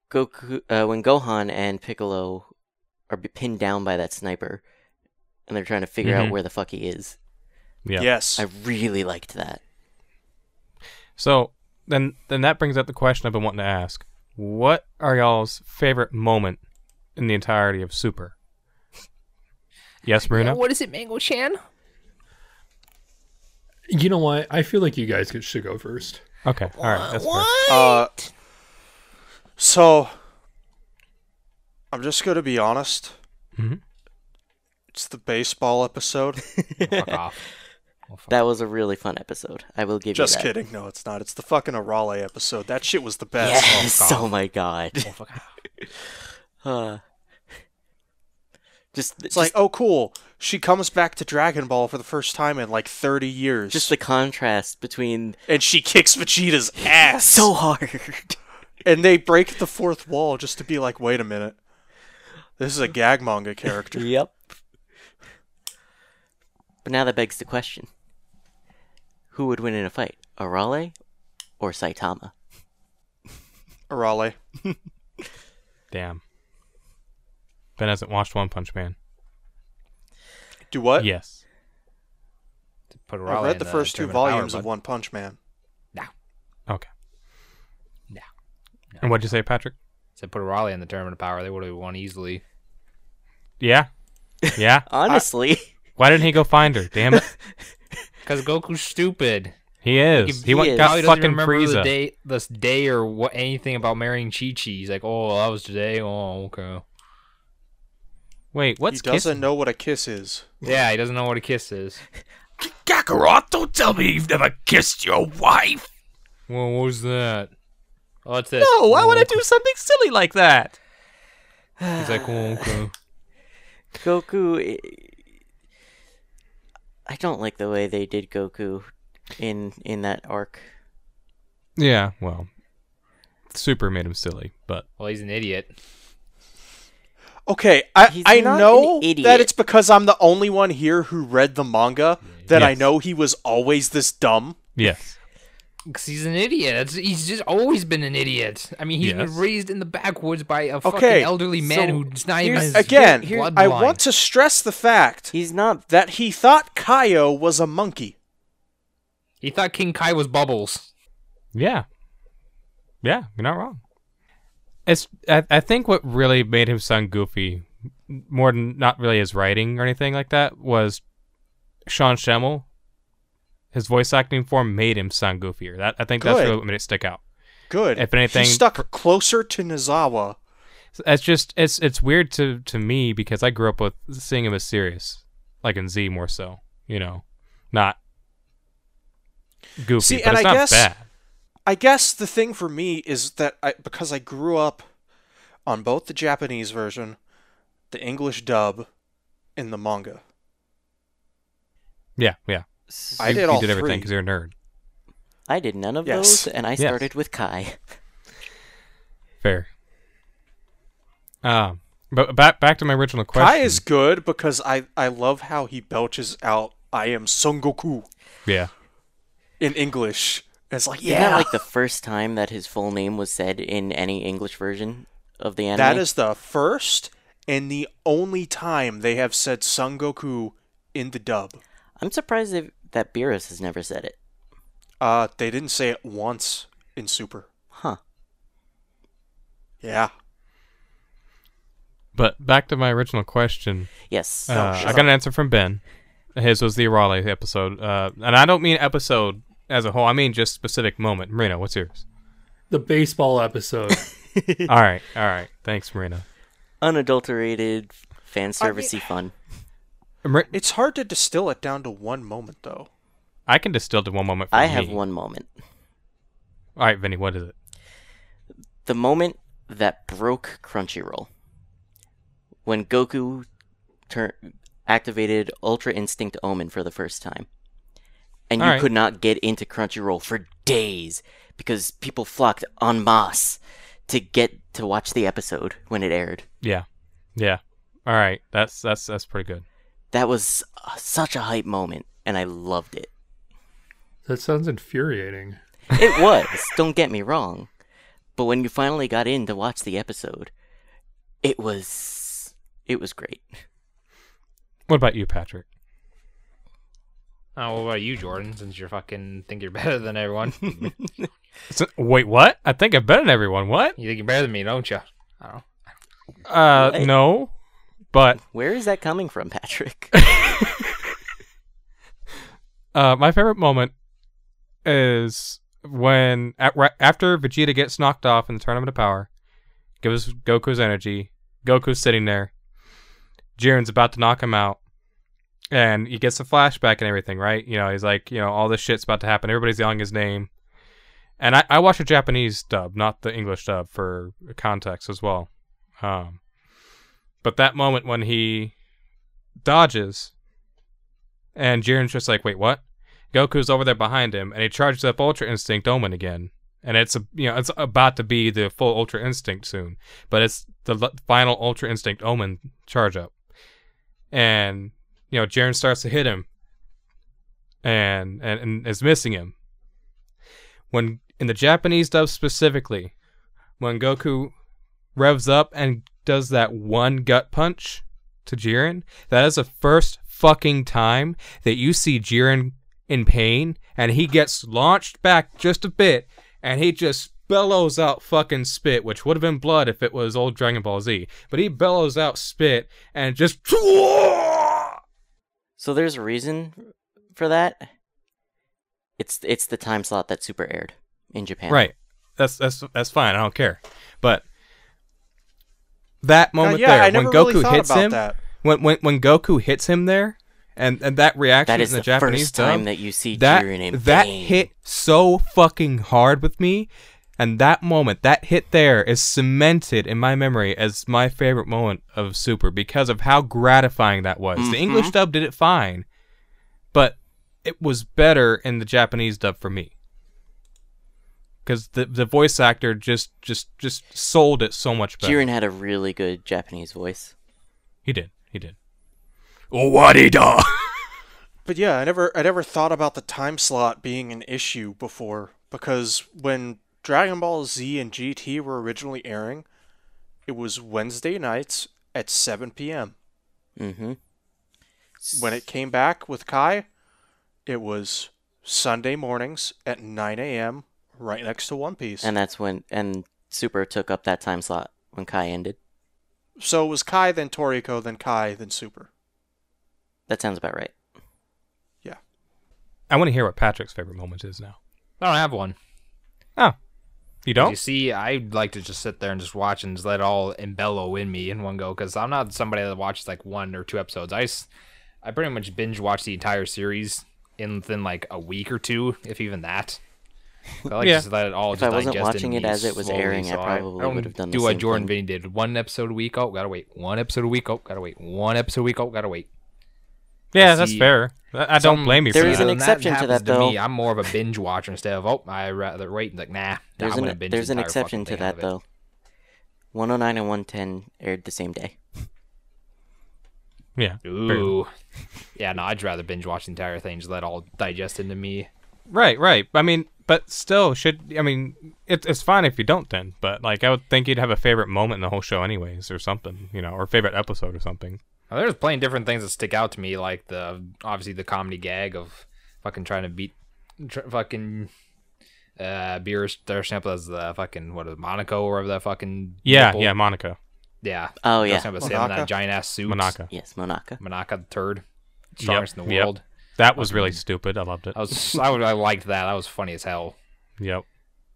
S1: Goku, uh, when Gohan and Piccolo are be- pinned down by that sniper, and they're trying to figure out
S2: Mhm.
S1: where the fuck he is.
S2: Yeah.
S3: Yes.
S1: I really liked that.
S2: So then then that brings up the question I've been wanting to ask: What are y'all's favorite moment in the entirety of Super? Yes, Bruno.
S8: What is it, Mango Shan?
S4: You know what? I feel like you guys could, should go first.
S2: Okay. All right. That's fair.
S8: What?
S3: Uh, so, I'm just going to be honest.
S2: Mhm.
S3: It's the baseball episode.
S6: Fuck off.
S1: That was a really fun episode. I will give
S3: Just
S1: you that.
S3: kidding. No, it's not. It's the fucking Arale episode. That shit was the best.
S1: Yes. Oh my god. Uh, just
S3: It's like, oh, cool. She comes back to Dragon Ball for the first time in like 30 years.
S1: just the contrast between
S3: and she kicks Vegeta's ass.
S1: so hard.
S3: and they break the fourth wall just to be like, wait a minute. This is a gag manga character.
S1: yep. But now that begs the question: Who would win in a fight, Arale or Saitama?
S3: Arale.
S2: Damn. Ben hasn't watched One Punch Man.
S3: Do what?
S2: Yes.
S6: Put
S3: I
S6: Raleigh in
S3: read the first two
S6: Tournament Power,
S3: volumes of
S6: bud.
S3: One Punch Man.
S2: Okay.
S6: No.
S2: And what'd you say, Patrick?
S6: Said put Raleigh in the tournament of power. They would have won easily.
S2: Yeah. Yeah.
S1: Honestly,
S2: Why didn't he go find her? Damn it.
S6: Because Goku's stupid.
S2: He is. He,
S1: He
S2: went
S1: is.
S2: got
S1: Now
S6: Probably doesn't
S2: fucking
S6: even remember the
S2: Frieza.
S6: day, this day or what anything about marrying Chi Chi. He's like, oh, that was today. Oh, okay.
S2: Wait,
S3: He
S2: what's
S3: doesn't
S2: kissing?
S3: know what a kiss is.
S6: Yeah, he doesn't know what a kiss is.
S8: Kakarot, don't tell me you've never kissed your wife.
S6: Well, what was that? Oh, that's this.
S8: Oh, why would I do something silly like that?
S6: He's like, oh, okay.
S1: Goku. I don't like the way they did Goku in in that arc.
S2: Yeah, well. Super made him silly, but
S6: Well, he's an idiot.
S3: Okay, I,
S1: He's
S3: I
S1: not an
S3: know
S1: idiot.
S3: that it's because I'm the only one here who read the manga that I
S2: Yes.
S3: know he was always this dumb.
S2: yes.
S6: Because he's an idiot. That's, he's just always been an idiot. I mean, he's
S2: Yes.
S6: been raised in the backwoods by a
S3: Okay,
S6: fucking elderly man
S1: so
S6: who's not even
S1: here's-
S6: his
S3: Again,
S1: here-
S6: bloodline.
S3: I want to stress the fact
S1: He's not.
S3: that he thought Kaio was a monkey.
S6: He thought King Kai was Bubbles.
S2: Yeah. Yeah, you're not wrong. It's I, I think what really made him sound goofy, more than not really his writing or anything like that, was Sean Schemmel. His voice acting form made him sound goofier. That I think that's
S3: Good.
S2: really what made it stick out.
S3: Good.
S2: If anything-
S3: he stuck closer to Nizawa.
S2: It's just it's it's weird to to me because I grew up with seeing him as serious, like in Z more so, you know, not goofy.
S3: See,
S2: but
S3: and
S2: it's
S3: I
S2: not
S3: guess-
S2: bad.
S3: I guess the thing for me is that I because I grew up on both the Japanese version, the English dub, and the manga.
S2: Yeah, yeah.
S3: I
S2: you,
S3: did
S2: you
S3: all
S2: did everything
S3: three.
S2: because you're a nerd.
S1: I did none of
S3: Yes.
S1: those, and I
S2: Yes.
S1: started with Kai.
S2: Fair. Um, but back back to my original question.
S3: Kai is good because I I love how he belches out "I am Son Goku"
S2: yeah,
S3: in English. It's like
S1: Isn't that
S3: yeah,
S1: like the first time that his full name was said in any English version of the anime?
S3: that is the first and the only time they have said Son Goku in the dub.
S1: I'm surprised that, that Beerus has never said it.
S3: Uh, they didn't say it once in Super.
S1: Huh.
S3: Yeah.
S2: but back to my original question.
S1: Yes.
S2: Uh, I got an answer from Ben. His was the Raleigh episode, uh, and I don't mean episode as a whole. I mean just specific moment. Marina, what's yours?
S4: The baseball episode.
S2: all right, all right. Thanks, Marina.
S1: Unadulterated fan servicey fun.
S2: Mar-
S3: It's hard to distill it down to one moment, though.
S2: I can distill to one moment. For
S1: I have
S2: me.
S1: one moment.
S2: All right, Vinny, what is it?
S1: The moment that broke Crunchyroll. When Goku tur activated Ultra Instinct Omen for the first time. And you
S2: Alright.
S1: could not get into Crunchyroll for days because people flocked en masse to get to watch the episode when it aired.
S2: Yeah, yeah. All right, that's that's that's pretty good.
S1: That was uh, such a hype moment, and I loved it.
S4: that sounds infuriating.
S1: It was, don't get me wrong. But when you finally got in to watch the episode, it was it was great.
S2: What about you, Patrick?
S6: Oh, what about you, Jordan? Since you're fucking think you're better than everyone, you
S2: So- wait, what? I think I'm better than everyone. What?
S6: think you're better than me, don't you? I don't. know.
S2: Uh,
S1: What?
S2: no. But
S1: Where is that coming from, Patrick?
S2: uh, my favorite moment is when at, right after Vegeta gets knocked off in the Tournament of Power, gives Goku's energy. Goku's sitting there. Jiren's about to knock him out. and he gets a flashback and everything, right? You know, he's like, you know, all this shit's about to happen. Everybody's yelling his name. And I, I watched a Japanese dub, not the English dub, for context as well. Um, but that moment when he dodges, and Jiren's just like, wait, what? Goku's over there behind him, and he charges up Ultra Instinct Omen again. And it's a you know it's about to be the full Ultra Instinct soon, but it's the l- final Ultra Instinct Omen charge up, and you know, Jaren starts to hit him and, and and is missing him. When in the Japanese dub specifically, when Goku revs up and does that one gut punch to Jiren, that is the first fucking time that you see Jiren in pain and he gets launched back just a bit and he just bellows out fucking spit, which would have been blood if it was old Dragon Ball Z. But he bellows out spit and just
S1: So there's a reason for that. It's it's the time slot that Super aired in Japan.
S2: Right. That's that's that's fine. I don't care. But that moment
S3: Uh, yeah,
S2: there,
S3: I
S2: when
S3: never
S2: Goku
S3: really thought
S2: hits
S3: about
S2: him,
S3: that.
S2: when when when Goku hits him there, and and that reaction
S1: That is
S2: in the,
S1: the
S2: Japanese
S1: first time
S2: dub,
S1: that you see
S2: that
S1: Jiren in
S2: that
S1: pain.
S2: hit so fucking hard with me, and that moment, that hit there, is cemented in my memory as my favorite moment of Super because of how gratifying that was.
S1: Mm-hmm.
S2: The English dub did it fine, but it was better in the Japanese dub for me because the the voice actor just just just sold it so much better.
S1: Jiren had a really good Japanese voice.
S2: He did. He did.
S8: Wadida.
S3: But yeah, I never I never thought about the time slot being an issue before because when Dragon Ball Z and GT were originally airing, it was Wednesday nights at 7 p.m.
S1: Mm-hmm.
S3: When it came back with Kai, it was Sunday mornings at 9 a.m. right next to One Piece.
S1: And that's when and Super took up that time slot when Kai ended.
S3: so it was Kai then Toriko then Kai then Super.
S1: That sounds about right.
S3: Yeah.
S2: I want to hear what Patrick's favorite moment is now.
S6: I don't have one.
S2: Oh, you
S6: You
S2: don't?
S6: see, I like to just sit there and just watch and just let it all embello in me in one go because I'm not somebody that watches like one or two episodes. I, s- I pretty much binge watch the entire series in within like a week or two, if even that. I like
S2: Yeah.
S6: to just let it all.
S1: If
S6: just
S1: I wasn't
S6: digest
S1: watching
S6: in
S1: it
S6: me
S1: as it was
S6: slowly,
S1: airing, I
S6: so
S1: probably
S6: I don't
S1: would've done the
S6: Do what
S1: same
S6: Jordan
S1: thing.
S6: Vinny did: one episode a week. Oh, gotta wait. One episode a week. Oh, gotta wait. One episode a week. Oh, gotta wait.
S2: Yeah,
S6: I
S2: that's
S6: see.
S2: fair. I I don't
S6: Some-
S2: blame you for
S1: There is
S2: that.
S1: an
S6: When
S1: exception to
S6: happens
S1: that,
S6: Me,
S1: though.
S6: I'm more of a binge watcher instead of oh, I rather wait. Like nah,
S1: There's
S6: I'm gonna
S1: an
S6: binge the
S1: there's an
S6: entire fucking
S1: exception to
S6: thing out
S1: that
S6: of
S1: though.
S6: it.
S1: 109 and 110 aired the same day.
S2: Yeah. fair.
S6: Ooh. Yeah, no, I'd rather binge watch the entire thing, just let it all digest into me.
S2: Right, right. I mean, but still, should I mean, it, it's fine if you don't then. But like, I would think you'd have a favorite moment in the whole show, anyways, or something, you know, or favorite episode or something.
S6: Now, there's plenty of different things that stick out to me, like the obviously the comedy gag of fucking trying to beat tr- fucking uh beer their sample as the fucking what is it, Monaco or whatever that fucking
S2: Yeah,
S6: nipple-
S2: yeah, Monica,
S6: yeah
S1: Oh, yeah.
S6: Sample Sam in
S3: Monaco.
S6: that giant ass suit
S2: Monaca.
S1: Yes, Monaka.
S6: Monaco the third strongest in the
S2: yep.
S6: world
S2: That was really stupid. I loved it.
S6: I was I, I liked that that was funny as hell
S2: Yep.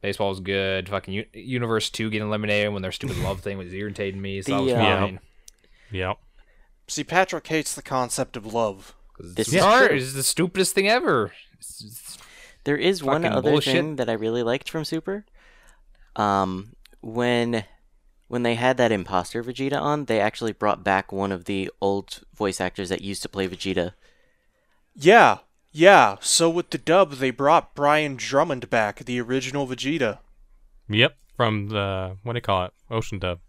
S6: baseball was good fucking U- Universe two getting eliminated when their stupid love thing was irritating me so
S1: The,
S6: I was
S1: uh,
S2: Yeah.
S6: fine.
S2: Yep.
S3: See, Patrick hates the concept of love.
S1: This
S6: This
S1: is
S6: art
S1: true.
S6: is the stupidest thing ever. It's- it's-
S1: There is one
S6: Fucking
S1: other
S6: bullshit.
S1: thing that I really liked from Super. Um, when when they had that imposter Vegeta on, they actually brought back one of the old voice actors that used to play Vegeta.
S3: Yeah, yeah. So with the dub, they brought Brian Drummond back, the original Vegeta.
S2: Yep. From the what do you call it? Ocean dub.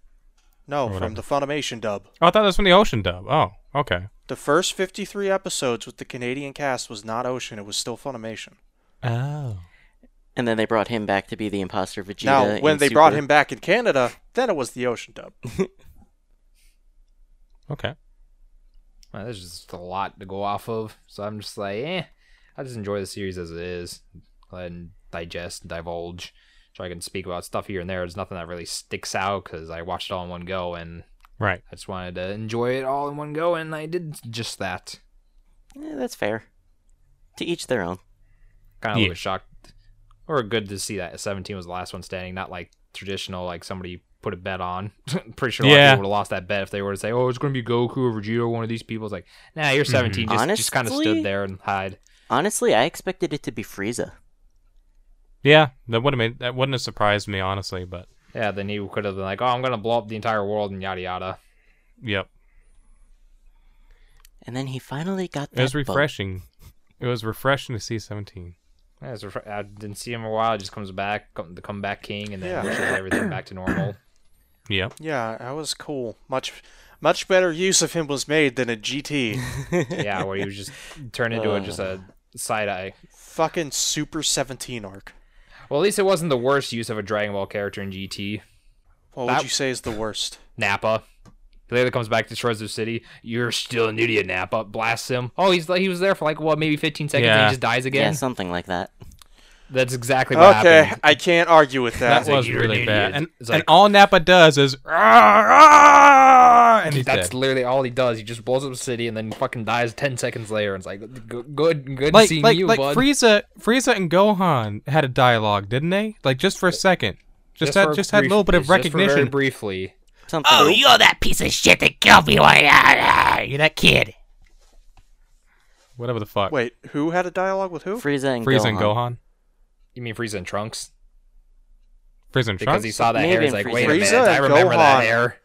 S3: No,
S2: whatever.
S3: from the Funimation dub.
S2: Oh, I thought that's from the ocean dub. Oh, okay.
S3: The first 53 episodes with the Canadian cast was not Ocean, it was still Funimation.
S2: Oh.
S1: And then they brought him back to be the imposter Vegeta.
S3: now,
S1: in
S3: when they brought
S1: Super.
S3: him back in Canada, then it was the Ocean dub.
S2: Okay.
S6: man, there's just a lot to go off of. So I'm just like, eh. I just enjoy the series as it is. Let it digest and divulge. So I can speak about stuff here and there. There's nothing that really sticks out because I watched it all in one go and
S2: Right.
S6: I just wanted to enjoy it all in one go and I did just that.
S1: Eh, that's fair. To each their own.
S6: kind of
S2: Yeah.
S6: was shocked or good to see that 17 was the last one standing not like traditional like somebody put a bet on. Pretty sure a lot of
S2: Yeah.
S6: people would have lost that bet if they were to say, "Oh, it's going to be Goku or Vegeta, or one of these people." It's like, nah, you're
S2: Mm-hmm.
S6: 17. Just, just kind of
S1: Honestly-
S6: stood there and hide.
S1: Honestly, I expected it to be Frieza.
S2: Yeah, that would have made that wouldn't have surprised me honestly, but
S6: Yeah, then he could have been like, "Oh, I'm going to blow up the entire world and yada yada."
S2: yep,
S1: And then he finally got
S2: it
S1: that
S2: was
S1: boat.
S2: refreshing. It was refreshing to see seventeen.
S6: Yeah, it's refre- I didn't see him in a while. He just comes back, come, the comeback king, and then
S3: Yeah.
S6: wishes everything back to normal.
S2: Yep.
S3: Yeah, that was cool. Much, much better use of him was made than a GT.
S6: Yeah, where he was just turned into a, just a side eye.
S3: Fucking Super 17 arc.
S6: Well, at least it wasn't the worst use of a Dragon Ball character in GT.
S3: What would
S6: That-
S3: you say is the worst? Nappa.
S6: Nappa. He later comes back to Treasure City. You're still an idiot, Nappa. Blasts him. Oh, he's he was there for like what, maybe 15 seconds, and
S2: Yeah.
S6: he just dies
S1: Yeah,
S6: again.
S1: something like that.
S6: That's exactly what
S3: Okay,
S6: happened.
S3: I can't argue with that.
S2: That
S6: like
S2: was
S6: you're an
S2: really
S6: idiot.
S2: bad. And,
S6: It's like-
S2: and all Nappa does is "Rah, rah," and he's
S6: That's
S2: dead.
S6: literally all he does. He just blows up the city and then fucking dies 10 seconds later. And it's like, good, good, good
S2: like
S6: seeing
S2: like,
S6: you,
S2: like
S6: bud.
S2: Frieza Frieza and Gohan had a dialogue, didn't they? Like just for a second. Just,
S6: for
S2: had just had a
S6: brief-
S2: little bit of
S6: just for very
S2: recognition.
S6: briefly.
S1: Something.
S8: Oh, you're that piece of shit that killed me when I, you're that kid.
S2: Whatever the fuck.
S3: Wait, who had a dialogue with who?
S1: Frieza and
S2: Frieza
S1: Gohan.
S2: and Gohan.
S6: You mean Frieza and Trunks?
S2: Frieza and
S6: Because he
S2: Trunks.
S6: saw that
S1: Maybe
S6: hair. He's
S1: in
S6: like,
S1: Frieza.
S6: wait a minute,
S3: Frieza
S6: I
S3: and
S6: remember that
S3: Gohan.
S6: hair.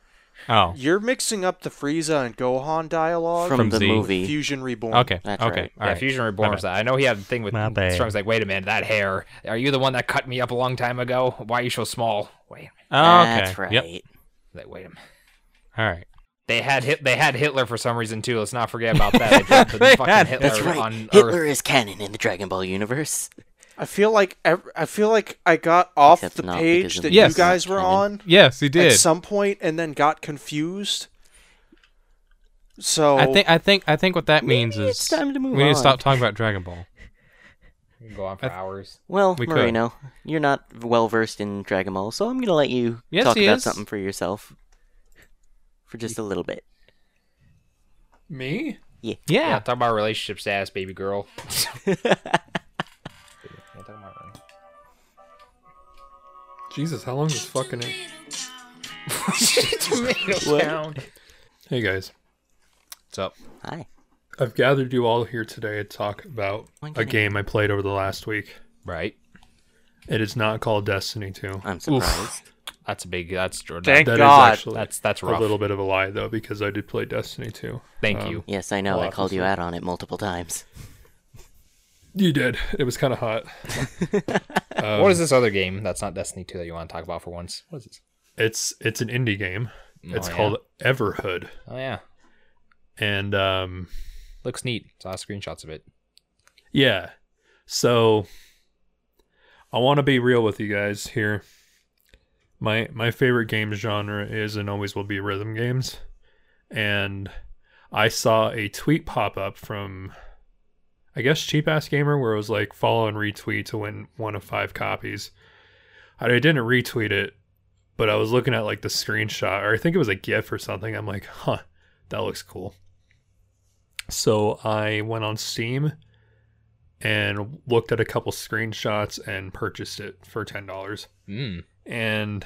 S2: Oh.
S3: You're mixing up the Frieza and Gohan dialogue
S1: from,
S2: From
S1: the
S2: Z.
S1: movie.
S3: Fusion Reborn.
S2: Okay.
S1: That's
S2: okay.
S1: right.
S2: All
S6: yeah,
S2: right.
S6: Fusion Reborn
S2: My
S6: was that. I know he had a thing with
S2: My bad.
S6: Trunks. Like, wait a minute, that hair. Are you the one that cut me up a long time ago? Why are you so small? Wait,
S2: Oh, okay.
S1: That's right.
S2: Yep.
S6: like, wait a minute.
S2: All right.
S6: They had hit. They had Hitler for some reason too. Let's not forget about that. They put the
S2: They
S6: fucking
S2: had-
S6: Hitler
S1: That's right.
S6: on
S1: Hitler
S6: Earth.
S1: is canon in the Dragon Ball universe.
S3: I feel like ev- I feel like I got off
S1: Except
S3: the
S1: not,
S3: page
S1: because
S3: that
S1: it
S2: was
S3: you guys
S1: not
S3: were
S1: canon.
S3: on
S2: Yes, he
S3: at
S2: did.
S3: some point and then got confused. So
S2: I think I think I think what that means is
S1: it's time to move
S2: we need
S1: on.
S2: to stop talking about Dragon Ball.
S6: We can Go on for hours.
S1: Well,
S2: We could.
S1: Marino, you're not well versed in Dragon Ball, so I'm gonna let you
S2: Yes,
S1: talk
S2: he
S1: about
S2: is.
S1: something for yourself for just a little bit.
S4: Me?
S6: Yeah.
S2: Yeah.
S6: talk about relationship status, baby girl.
S4: Jesus, how long is this fucking? Hey guys,
S6: What's up?
S1: Hi.
S4: I've gathered you all here today to talk about
S1: One
S4: a
S1: can-
S4: game I played over the last week.
S6: Right.
S4: It is not called Destiny
S6: Oh
S4: 2.
S1: I'm surprised.
S6: That's a big. That's Jordan.
S3: Thank
S4: That is
S3: God.
S4: actually
S6: That's that's
S4: a
S6: rough.
S4: little bit of a lie though, because I did play Destiny 2.
S6: Thank
S4: Um,
S6: you.
S1: Yes, I know.
S4: Well,
S1: I called you
S4: obviously.
S1: out on it multiple times.
S4: You did. It was kind of hot. Um,
S6: what is this other game that's not Destiny 2 that you want to talk about for once? What is this?
S4: It's it's an indie game. It's
S6: Oh, yeah.
S4: called Everhood,
S6: Oh yeah,
S4: and um,
S6: looks neat. Saw screenshots of it.
S4: yeah. So I want to be real with you guys here. My my favorite game genre is and always will be rhythm games, and I saw a tweet pop up from. I guess cheap ass gamer where it was like follow and retweet to win one of five copies. I didn't retweet it, but I was looking at like the screenshot, or I think it was a GIF or something. I'm like, huh, that looks cool. So I went on Steam and looked at a couple screenshots and purchased it for ten dollars.
S6: Mm.
S4: And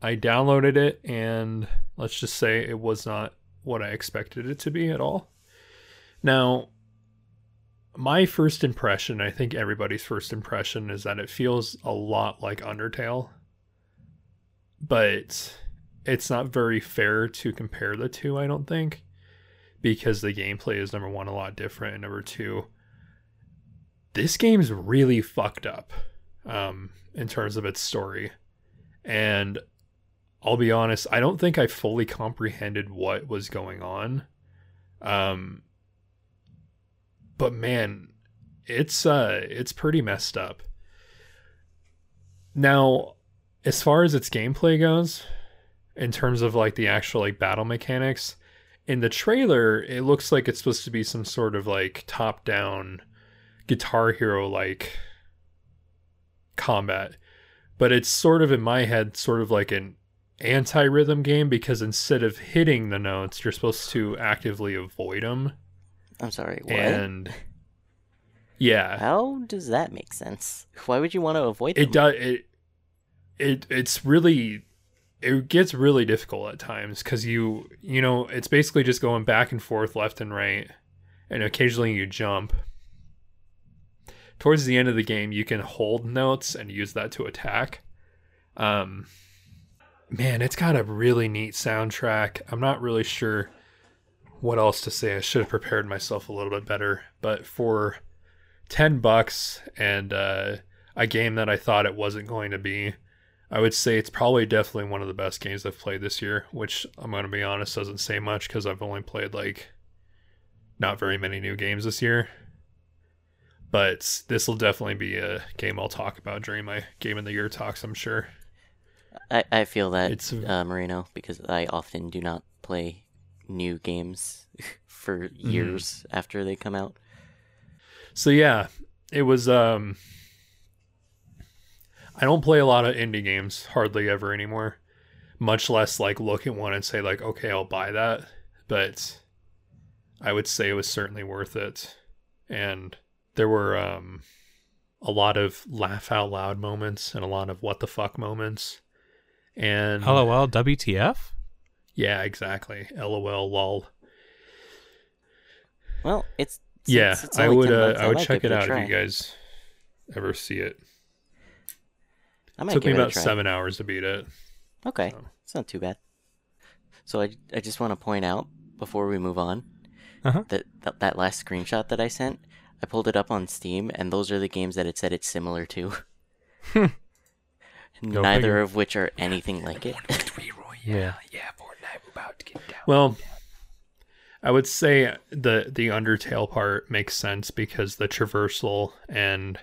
S4: I downloaded it, and let's just say it was not what I expected it to be at all. Now, my first impression, I think everybody's first impression, is that it feels a lot like Undertale, but it's not very fair to compare the two, I don't think, because the gameplay is number one, a lot different, and number two, this game's really fucked up um, in terms of its story. And I'll be honest, I don't think I fully comprehended what was going on. Um, but man, it's uh, it's pretty messed up. Now, as far as its gameplay goes, in terms of like the actual like battle mechanics, in the trailer, it looks like it's supposed to be some sort of like top-down guitar hero like combat but it's sort of in my head sort of like an anti-rhythm game because instead of hitting the notes you're supposed to actively avoid them
S1: I'm sorry. What?
S4: and yeah
S2: uh,
S1: How does that make sense? Why would you want to avoid
S4: it
S1: them?
S4: does it it it's really it gets really difficult at times because you you know it's basically just going back and forth left and right and occasionally you jump towards the end of the game you can hold notes and use that to attack um man it's got a really neat soundtrack i'm not really sure what else to say i should have prepared myself a little bit better but for 10 bucks and uh, a game that i thought it wasn't going to be I would say it's probably definitely one of the best games I've played this year, which I'm going to be honest doesn't say much because I've only played like not very many new games this year. But this will definitely be a game I'll talk about during my Game of the Year talks, I'm sure.
S1: I, I feel that
S4: It's-
S1: uh, Marino because I often do not play new games for
S4: Mm-hmm.
S1: years after they come out.
S4: So yeah, it was um I don't play a lot of indie games hardly ever anymore. Much less like look at one and say like, okay, I'll buy that. But I would say it was certainly worth it. And there were um a lot of laugh out loud moments and a lot of what the fuck moments. And
S2: LOL, WTF?
S4: yeah, exactly. LOL lol.
S1: Well, it's since
S4: Yeah,
S1: it's
S4: I
S1: only
S4: would
S1: 10
S4: uh,
S1: bucks,
S4: I would
S1: might
S4: check
S1: give
S4: it out
S1: a
S4: if you
S1: try.
S4: guys ever see it.
S1: I might
S4: took me
S1: give it a
S4: about
S1: try.
S4: seven hours to beat it.
S1: Okay, it's not too bad. So I, I just want to point out before we move on
S2: Uh-huh.
S1: that, that that last screenshot that I sent, I pulled it up on Steam, and those are the games that it said it's similar to.
S4: Hmm.
S1: Neither
S2: figure.
S1: of which are anything like it.
S2: Yeah.
S4: Well, I would say the the Undertale part makes sense because the traversal and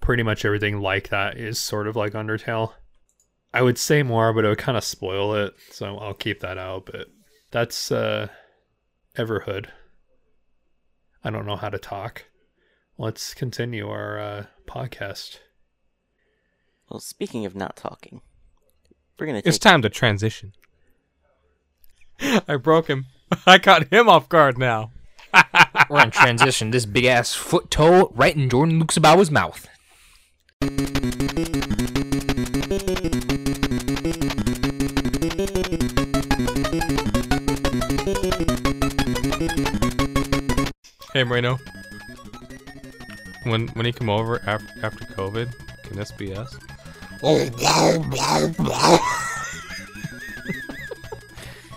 S4: pretty much everything like that is sort of like Undertale. I would say more, but it would kind of spoil it, so I'll keep that out. But that's uh, Everhood. I don't know how to talk. Let's continue our uh, podcast.
S1: well, speaking of not talking, we're gonna
S2: It's
S1: take
S2: time to transition. I broke him. I caught him off guard now.
S6: We're in transition. This big ass foot toe right in Jordan Luxabawa's mouth.
S2: Hey Marino. When when you come over af- after COVID, can this be us?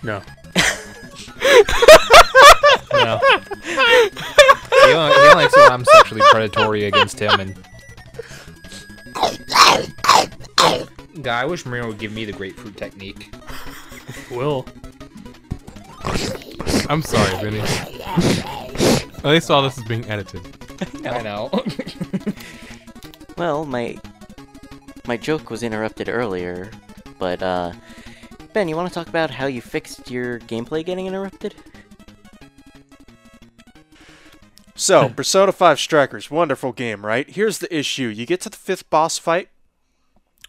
S4: No,
S6: No. he, only, he only thinks I'm sexually predatory against him and. God, I wish Marino would give me the grapefruit technique.
S4: Will.
S2: I'm sorry, Vinny. At least all this is being edited.
S6: I know.
S1: Well, my my joke was interrupted earlier, but uh Ben, you want to talk about how you fixed your gameplay getting interrupted?
S3: So, Persona 5 Strikers, wonderful game, right? Here's the issue. You get to the fifth boss fight,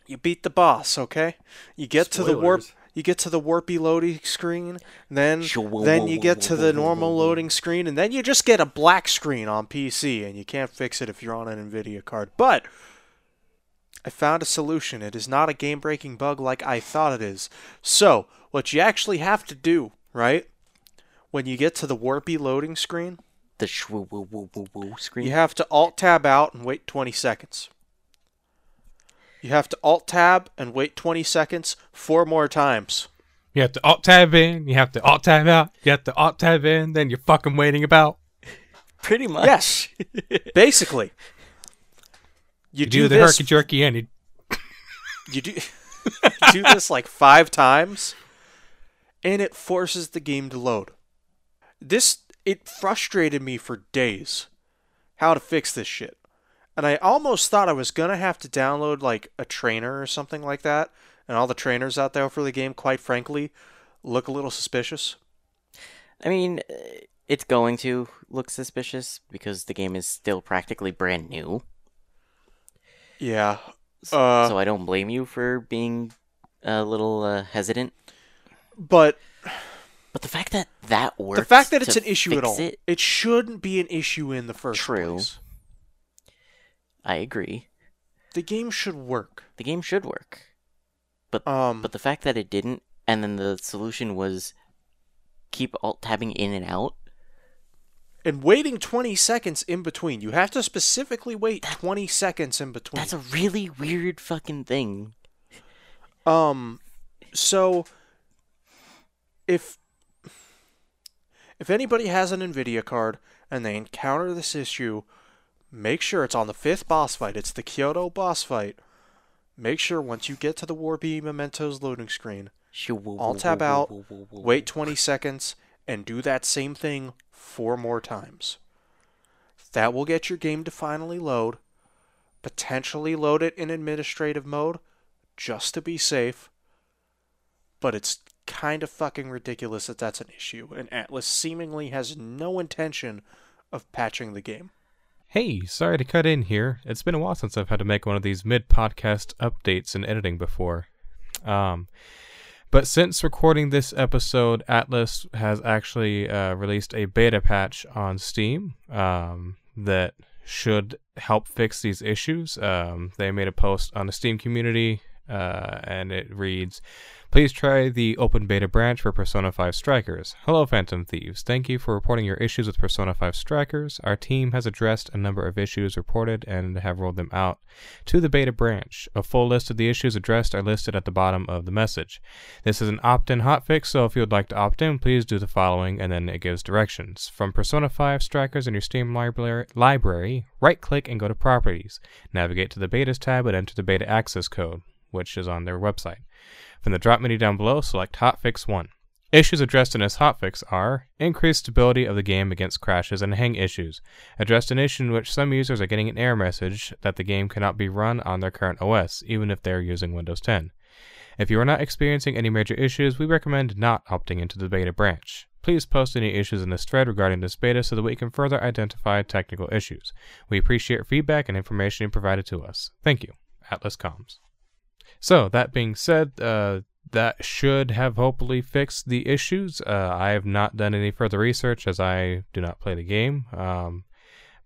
S3: you beat the boss, okay? You get to the warp
S4: Spoilers.
S3: you get to the warpy loading screen, then
S1: Sure,
S3: then
S1: whoa,
S3: you
S1: whoa,
S3: get
S1: whoa,
S3: to
S1: whoa,
S3: the
S1: whoa,
S3: normal loading screen and then you just get a black screen on PC and you can't fix it if you're on an Nvidia card. But I found a solution. It is not a game breaking bug like I thought it is. So, what you actually have to do, right? When you get to the warpy loading screen,
S1: The shwoo woo woo woo woo screen.
S3: you have to alt tab out and wait 20 seconds. You have to alt tab and wait 20 seconds four more times.
S2: You have to alt tab in, you have to alt tab out, you have to alt tab in, then you're fucking waiting about.
S1: Pretty much.
S3: Yes. Basically. You,
S2: You
S3: do,
S2: do the
S3: this
S2: herky jerky and you
S3: you do you do this like 5 times and it forces the game to load. This it frustrated me for days how to fix this shit. And I almost thought I was going to have to download like a trainer or something like that. And all the trainers out there for the game quite frankly look a little suspicious.
S1: I mean, uh, it's going to look suspicious because the game is still practically brand new.
S3: Yeah. Uh,
S1: so I don't blame you for being a little uh, hesitant.
S3: but
S1: But the fact that that works
S3: the fact that
S1: to
S3: it's an issue at
S1: fix
S3: all, it,
S1: it,
S3: shouldn't be an issue in the first
S1: True.
S3: place.
S1: I agree.
S3: The game should work.
S1: The game should work. but
S3: Um,
S1: but the fact that it didn't, and then the solution was keep alt tabbing in and out.
S3: and waiting 20 seconds in between. You have to specifically wait 20 seconds in between.
S1: That's a really weird fucking thing.
S3: Um, so if if anybody has an Nvidia card and they encounter this issue, make sure it's on the fifth boss fight. It's the Kyoto boss fight. Make sure once you get to the Warby Mementos loading screen, I'll tab out, wait 20 seconds, and do that same thing four more times. That will get your game to finally load. Potentially load it in administrative mode just to be safe. But it's kind of fucking ridiculous that that's an issue, and Atlas seemingly has no intention of patching the game.
S2: Hey, sorry to cut in here. It's been a while since I've had to make one of these mid podcast updates and editing before. Um, but since recording this episode, Atlas has actually uh, released a beta patch on Steam um, that should help fix these issues. Um, they made a post on the Steam community uh, and it reads Please try the open beta branch for Persona 5 Strikers. Hello, Phantom Thieves. Thank you for reporting your issues with Persona 5 Strikers. Our team has addressed a number of issues reported and have rolled them out to the beta branch. A full list of the issues addressed are listed at the bottom of the message. This is an opt in hotfix, so if you would like to opt in, please do the following, and then it gives directions. From Persona 5 Strikers in your Steam library, library right click and go to Properties. Navigate to the Betas tab and enter the beta access code, which is on their website. From the drop menu down below, select Hotfix 1. Issues addressed in this hotfix are increased stability of the game against crashes and hang issues. Addressed an issue in which some users are getting an error message that the game cannot be run on their current OS, even if they are using Windows 10. If you are not experiencing any major issues, we recommend not opting into the beta branch. Please post any issues in this thread regarding this beta so that we can further identify technical issues. We appreciate feedback and information you provided to us. Thank you. Atlas Comms. So that being said, uh, that should have hopefully fixed the issues. Uh, I have not done any further research as I do not play the game, um,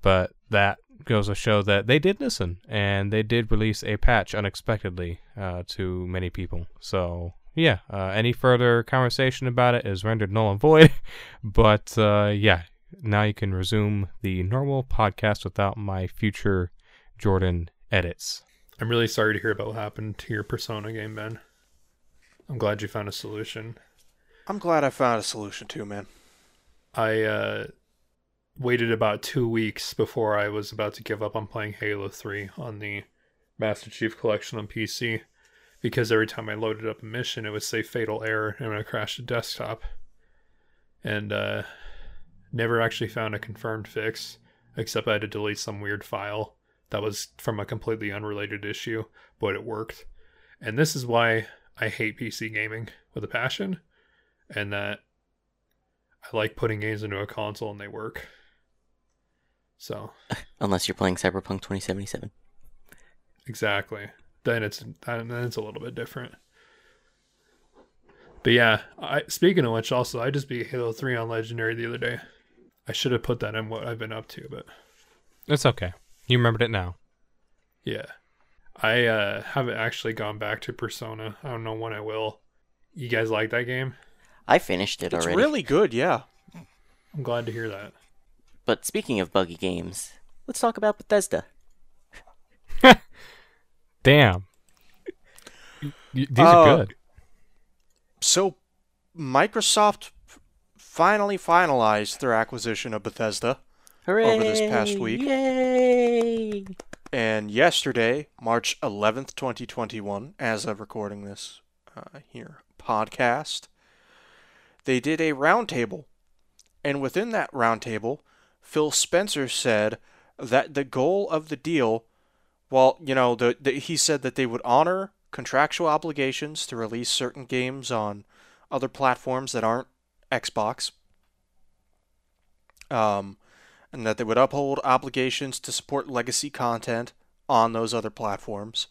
S2: but that goes to show that they did listen and they did release a patch unexpectedly uh, to many people. So yeah, uh, any further conversation about it is rendered null and void. but uh, yeah, now you can resume the normal podcast without my future Jordan edits.
S4: I'm really sorry to hear about what happened to your Persona game, Ben. I'm glad you found a solution.
S3: I'm glad I found a solution too, man.
S4: I uh, waited about two weeks before I was about to give up on playing Halo 3 on the Master Chief Collection on PC because every time I loaded up a mission, it would say fatal error and I crashed the desktop. And uh, never actually found a confirmed fix, except I had to delete some weird file that was from a completely unrelated issue, but it worked. And this is why I hate PC gaming with a passion, and that I like putting games into a console and they work. So
S1: Unless you're playing Cyberpunk 2077.
S4: exactly, then it's then it's a little bit different. But yeah, I speaking of which, also I just beat Halo Three on Legendary the other day. I should have put that in what I've been up to, but
S2: It's okay. You remembered it now.
S4: yeah, I uh, haven't actually gone back to Persona. I don't know when I will. You guys like that game?
S1: I finished it
S3: It's
S1: already.
S3: really good, yeah.
S4: I'm glad to hear that.
S1: But speaking of buggy games, let's talk about Bethesda.
S2: Damn. Y- y- These
S3: Uh,
S2: are good.
S3: So, Microsoft f- finally finalized their acquisition of Bethesda.
S1: Hooray!
S3: this past week.
S1: Yay!
S3: And yesterday, March 11th, 2021, as of recording this uh, here podcast, they did a roundtable. And within that roundtable, Phil Spencer said that the goal of the deal, well, you know, the, the, he said that they would honor contractual obligations to release certain games on other platforms that aren't Xbox. Um, and that they would uphold obligations to support legacy content on those other platforms.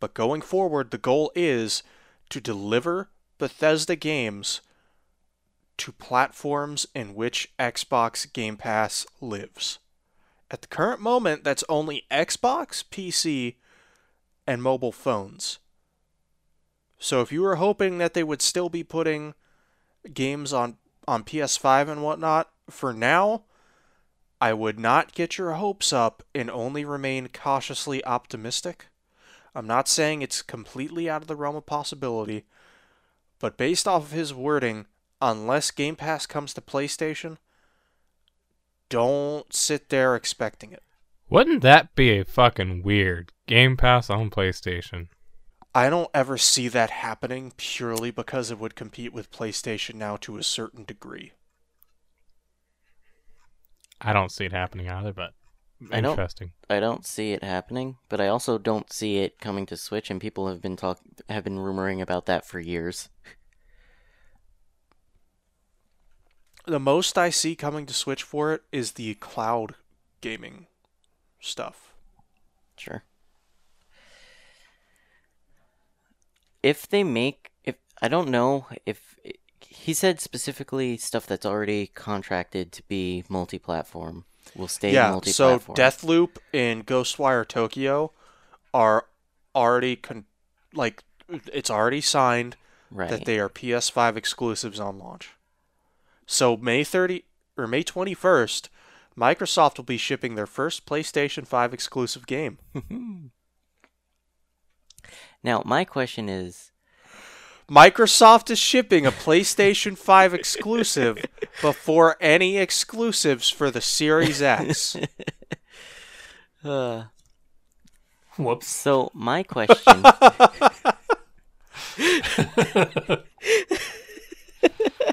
S3: But going forward, the goal is to deliver Bethesda games to platforms in which Xbox Game Pass lives. At the current moment, that's only Xbox, PC, and mobile phones. So if you were hoping that they would still be putting games on on PS5 and whatnot, for now, I would not get your hopes up and only remain cautiously optimistic. I'm not saying it's completely out of the realm of possibility, but based off of his wording, unless Game Pass comes to PlayStation, don't sit there expecting it.
S2: Wouldn't that be a fucking weird Game Pass on PlayStation?
S3: I don't ever see that happening purely because it would compete with PlayStation now to a certain degree.
S2: I don't see it happening either, but
S1: I don't.
S2: interesting.
S1: I don't see it happening, but I also don't see it coming to Switch. And people have been talk have been rumoring about that for years.
S3: The most I see coming to Switch for it is the cloud gaming stuff.
S1: Sure. If they make if I don't know if he said specifically stuff that's already contracted to be multi-platform will stay
S3: yeah, so
S1: multi-platform.
S3: Deathloop and Ghostwire Tokyo are already con- like it's already signed
S1: right.
S3: that they are PS5 exclusives on launch. So May 30 or May 21st, Microsoft will be shipping their first PlayStation 5 exclusive game.
S1: Now my question is,
S3: Microsoft is shipping a PlayStation 5 exclusive before any exclusives for the Series X.
S1: uh,
S4: Whoops.
S1: so my question.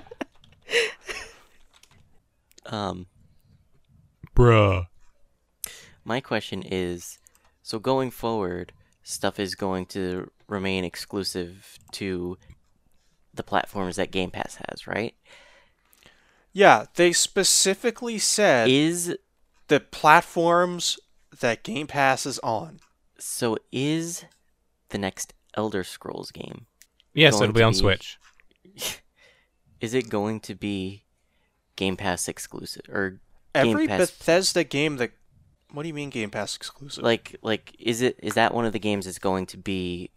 S1: um.
S2: Bruh.
S1: My question is so going forward, stuff is going to remain exclusive to the platforms that Game Pass has, right?
S3: Yeah, they specifically said
S1: Is
S3: the platforms that Game Pass is on.
S1: so is the next Elder Scrolls game
S2: Yes,
S1: Going
S2: it'll be
S1: to
S2: on
S1: be-
S2: Switch.
S1: is it going to be Game Pass exclusive or Game
S3: Every
S1: Pass-
S3: Bethesda game that What do you mean Game Pass exclusive?
S1: like like is it is that one of the games that's going to be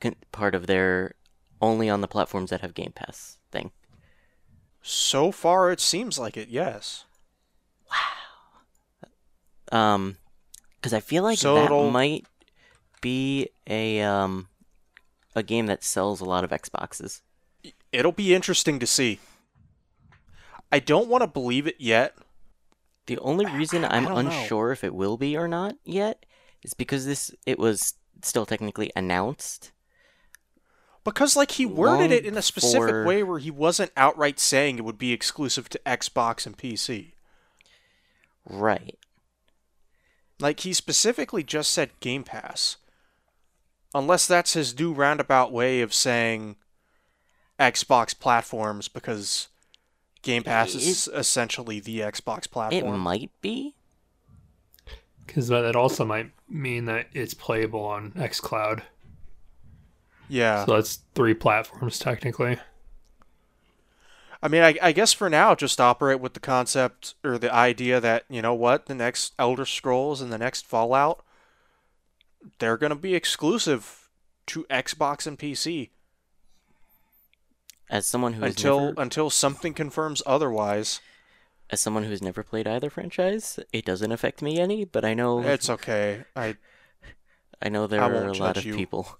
S1: con- part of their only on the platforms that have Game Pass thing?
S3: So far, it seems like it. Yes.
S1: Um, because I feel like
S3: So
S1: that
S3: it'll-
S1: might be a um a game that sells a lot of Xboxes.
S3: It'll be interesting to see. I don't want to believe it yet.
S1: The only reason
S3: I
S1: I'm
S3: don't know.
S1: unsure if it will be or not yet is because this it was still technically announced.
S3: Because like he worded
S1: Long
S3: it in a specific
S1: before-
S3: way where he wasn't outright saying it would be exclusive to Xbox and PC.
S1: Right.
S3: Like he specifically just said Game Pass. Unless that's his new roundabout way of saying Xbox platforms because Game Pass is essentially the Xbox
S1: It
S3: platform.
S1: might be.
S4: Because that also might mean that it's playable on xCloud.
S3: yeah.
S4: So that's three platforms technically.
S3: I mean, I, I guess for now, just operate with the concept or the idea that you know what, the next Elder Scrolls and the next Fallout, they're gonna be exclusive to Xbox and PC
S1: As someone who has
S3: until
S1: never,
S3: until something confirms otherwise.
S1: as someone who's never played either franchise, it doesn't affect me any. But I know
S3: It's okay. I
S1: I know there
S3: I
S1: are a
S3: won't
S1: lot
S3: judge
S1: of
S3: you.
S1: people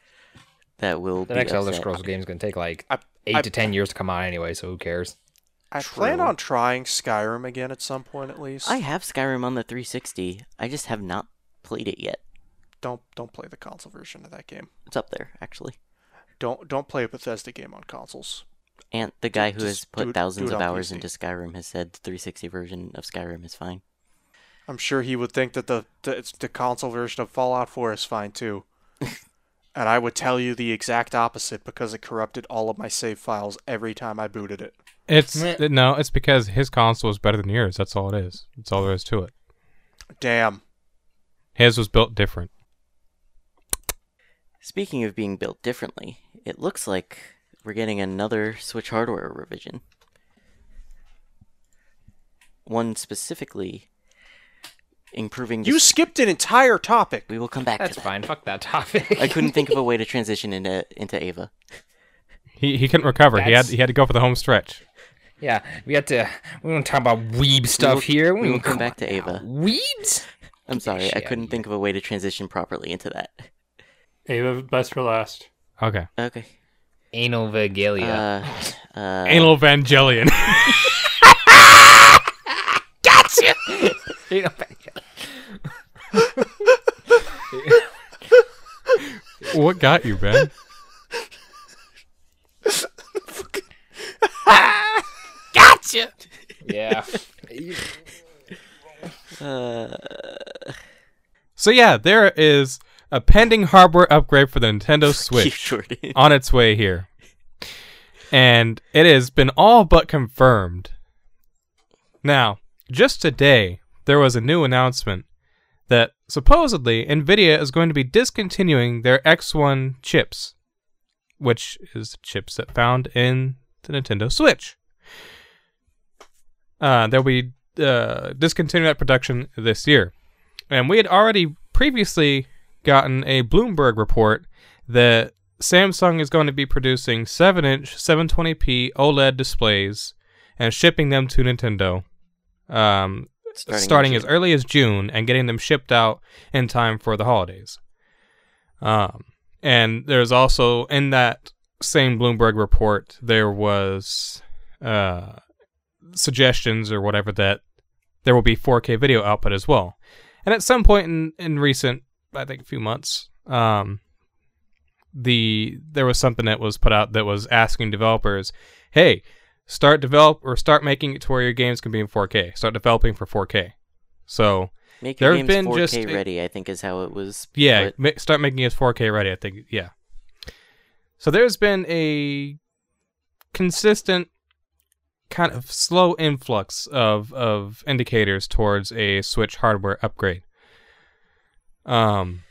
S1: that will
S6: The
S1: be
S6: next Elder
S1: upset.
S6: Scrolls game is going to take like
S3: I,
S6: eight
S3: I,
S6: to ten years to come out anyway, so who cares?
S3: I plan
S1: True.
S3: on trying Skyrim again at some point at least.
S1: I have Skyrim on the 360. I just have not played it yet.
S3: don't don't play the console version of that game.
S1: It's up there actually.
S3: Don't don't play a Bethesda game on consoles.
S1: And the guy who has
S3: Just do
S1: put
S3: it- do
S1: thousands
S3: it
S1: of
S3: on
S1: hours
S3: PC.
S1: into Skyrim has said the 360 version of Skyrim is fine.
S3: I'm sure he would think that the the, it's the console version of Fallout 4 is fine too. and I would tell you the exact opposite because it corrupted all of my save files every time I booted it.
S2: It's
S6: Meh.
S2: no, it's because his console is better than yours. That's all it is. That's all there is to it.
S3: Damn.
S2: His was built different.
S1: Speaking of being built differently, it looks like we're getting another Switch hardware revision. One specifically improving.
S3: You
S1: this-
S3: skipped an entire topic.
S1: we will come back
S6: That's
S1: to that.
S6: fine. Fuck that topic.
S1: I couldn't think of a way to transition into into Ava.
S2: He he couldn't recover. He had
S6: That's-
S2: he had to go for the home stretch.
S6: yeah, we had to. We don't talk about weeb stuff here.
S1: We will come back to Ava.
S6: Weebs.
S1: I'm sorry, I
S6: shit out
S1: couldn't think of a way to transition properly into that.
S4: Ava, best for last.
S2: Okay.
S1: Okay.
S6: Anal Vigilia.
S1: Uh, uh,
S2: Anal Evangelion.
S6: gotcha. Anal Vigilia.
S2: what got you, Ben?
S6: Gotcha. Yeah.
S1: uh,
S2: So yeah, there is a pending hardware upgrade for the Nintendo
S1: you
S2: Switch
S1: sure did.
S2: on its way here. And it has been all but confirmed. Now, just today, there was a new announcement that supposedly Nvidia is going to be discontinuing their X1 chips, which is the chipset found in the Nintendo Switch. Uh, they'll be uh, discontinuing that production this year. And we had already previously gotten a Bloomberg report that Samsung is going to be producing 7 inch 720p OLED E displays and shipping them to Nintendo um, starting,
S1: in
S2: as
S1: June.
S2: early as June and getting them shipped out in time for the holidays. Um, and there's also in that same Bloomberg report, there was uh, suggestions or whatever that there will be 4K video output as well. And at some point in, in recent, I think, few months, um, the there was something that was put out that was asking developers, "Hey, start develop or start making it to where your games can be in 4K. Start developing for 4K." So
S1: Make
S2: there
S1: your
S2: have
S1: games
S2: been
S1: 4K
S2: just a-
S1: ready, I think is how it was.
S2: yeah,
S1: put.
S2: ma- start making it 4K ready. I think yeah. So there's been a consistent kind of slow influx of of indicators towards a Switch hardware upgrade. Um,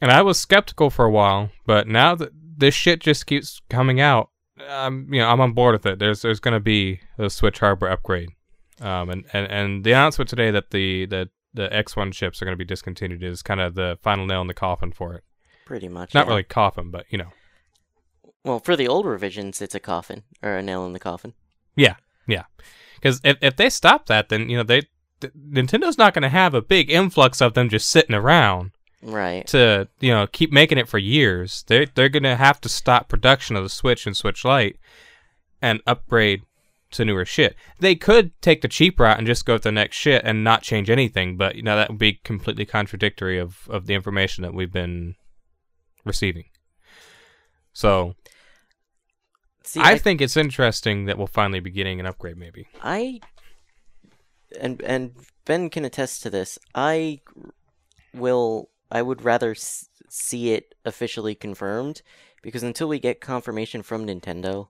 S2: and I was skeptical for a while, but now that this shit just keeps coming out, um, you know, I'm on board with it. There's there's gonna be a Switch hardware upgrade. Um, and, and, and the announcement today that the, the, the X1 chips are going to be discontinued is kind of the final nail in the coffin for it.
S1: pretty much.
S2: Not
S1: yeah.
S2: really coffin, but you know.
S1: Well, for the old revisions, it's a coffin or a nail in the coffin.
S2: Yeah, yeah. Because if, if they stop that, then you know they th- Nintendo's not going to have a big influx of them just sitting around
S1: Right.
S2: to you know keep making it for years. They are they're going to have to stop production of the Switch and Switch Lite and upgrade to newer shit. They could take the cheap route and just go with the next shit and not change anything, but you know that would be completely contradictory of of the information that we've been receiving. So
S1: See,
S2: I
S1: I
S2: think it's interesting that we'll finally be getting an upgrade, maybe.
S1: I and and Ben can attest to this. I will. I would rather s- see it officially confirmed because until we get confirmation from Nintendo,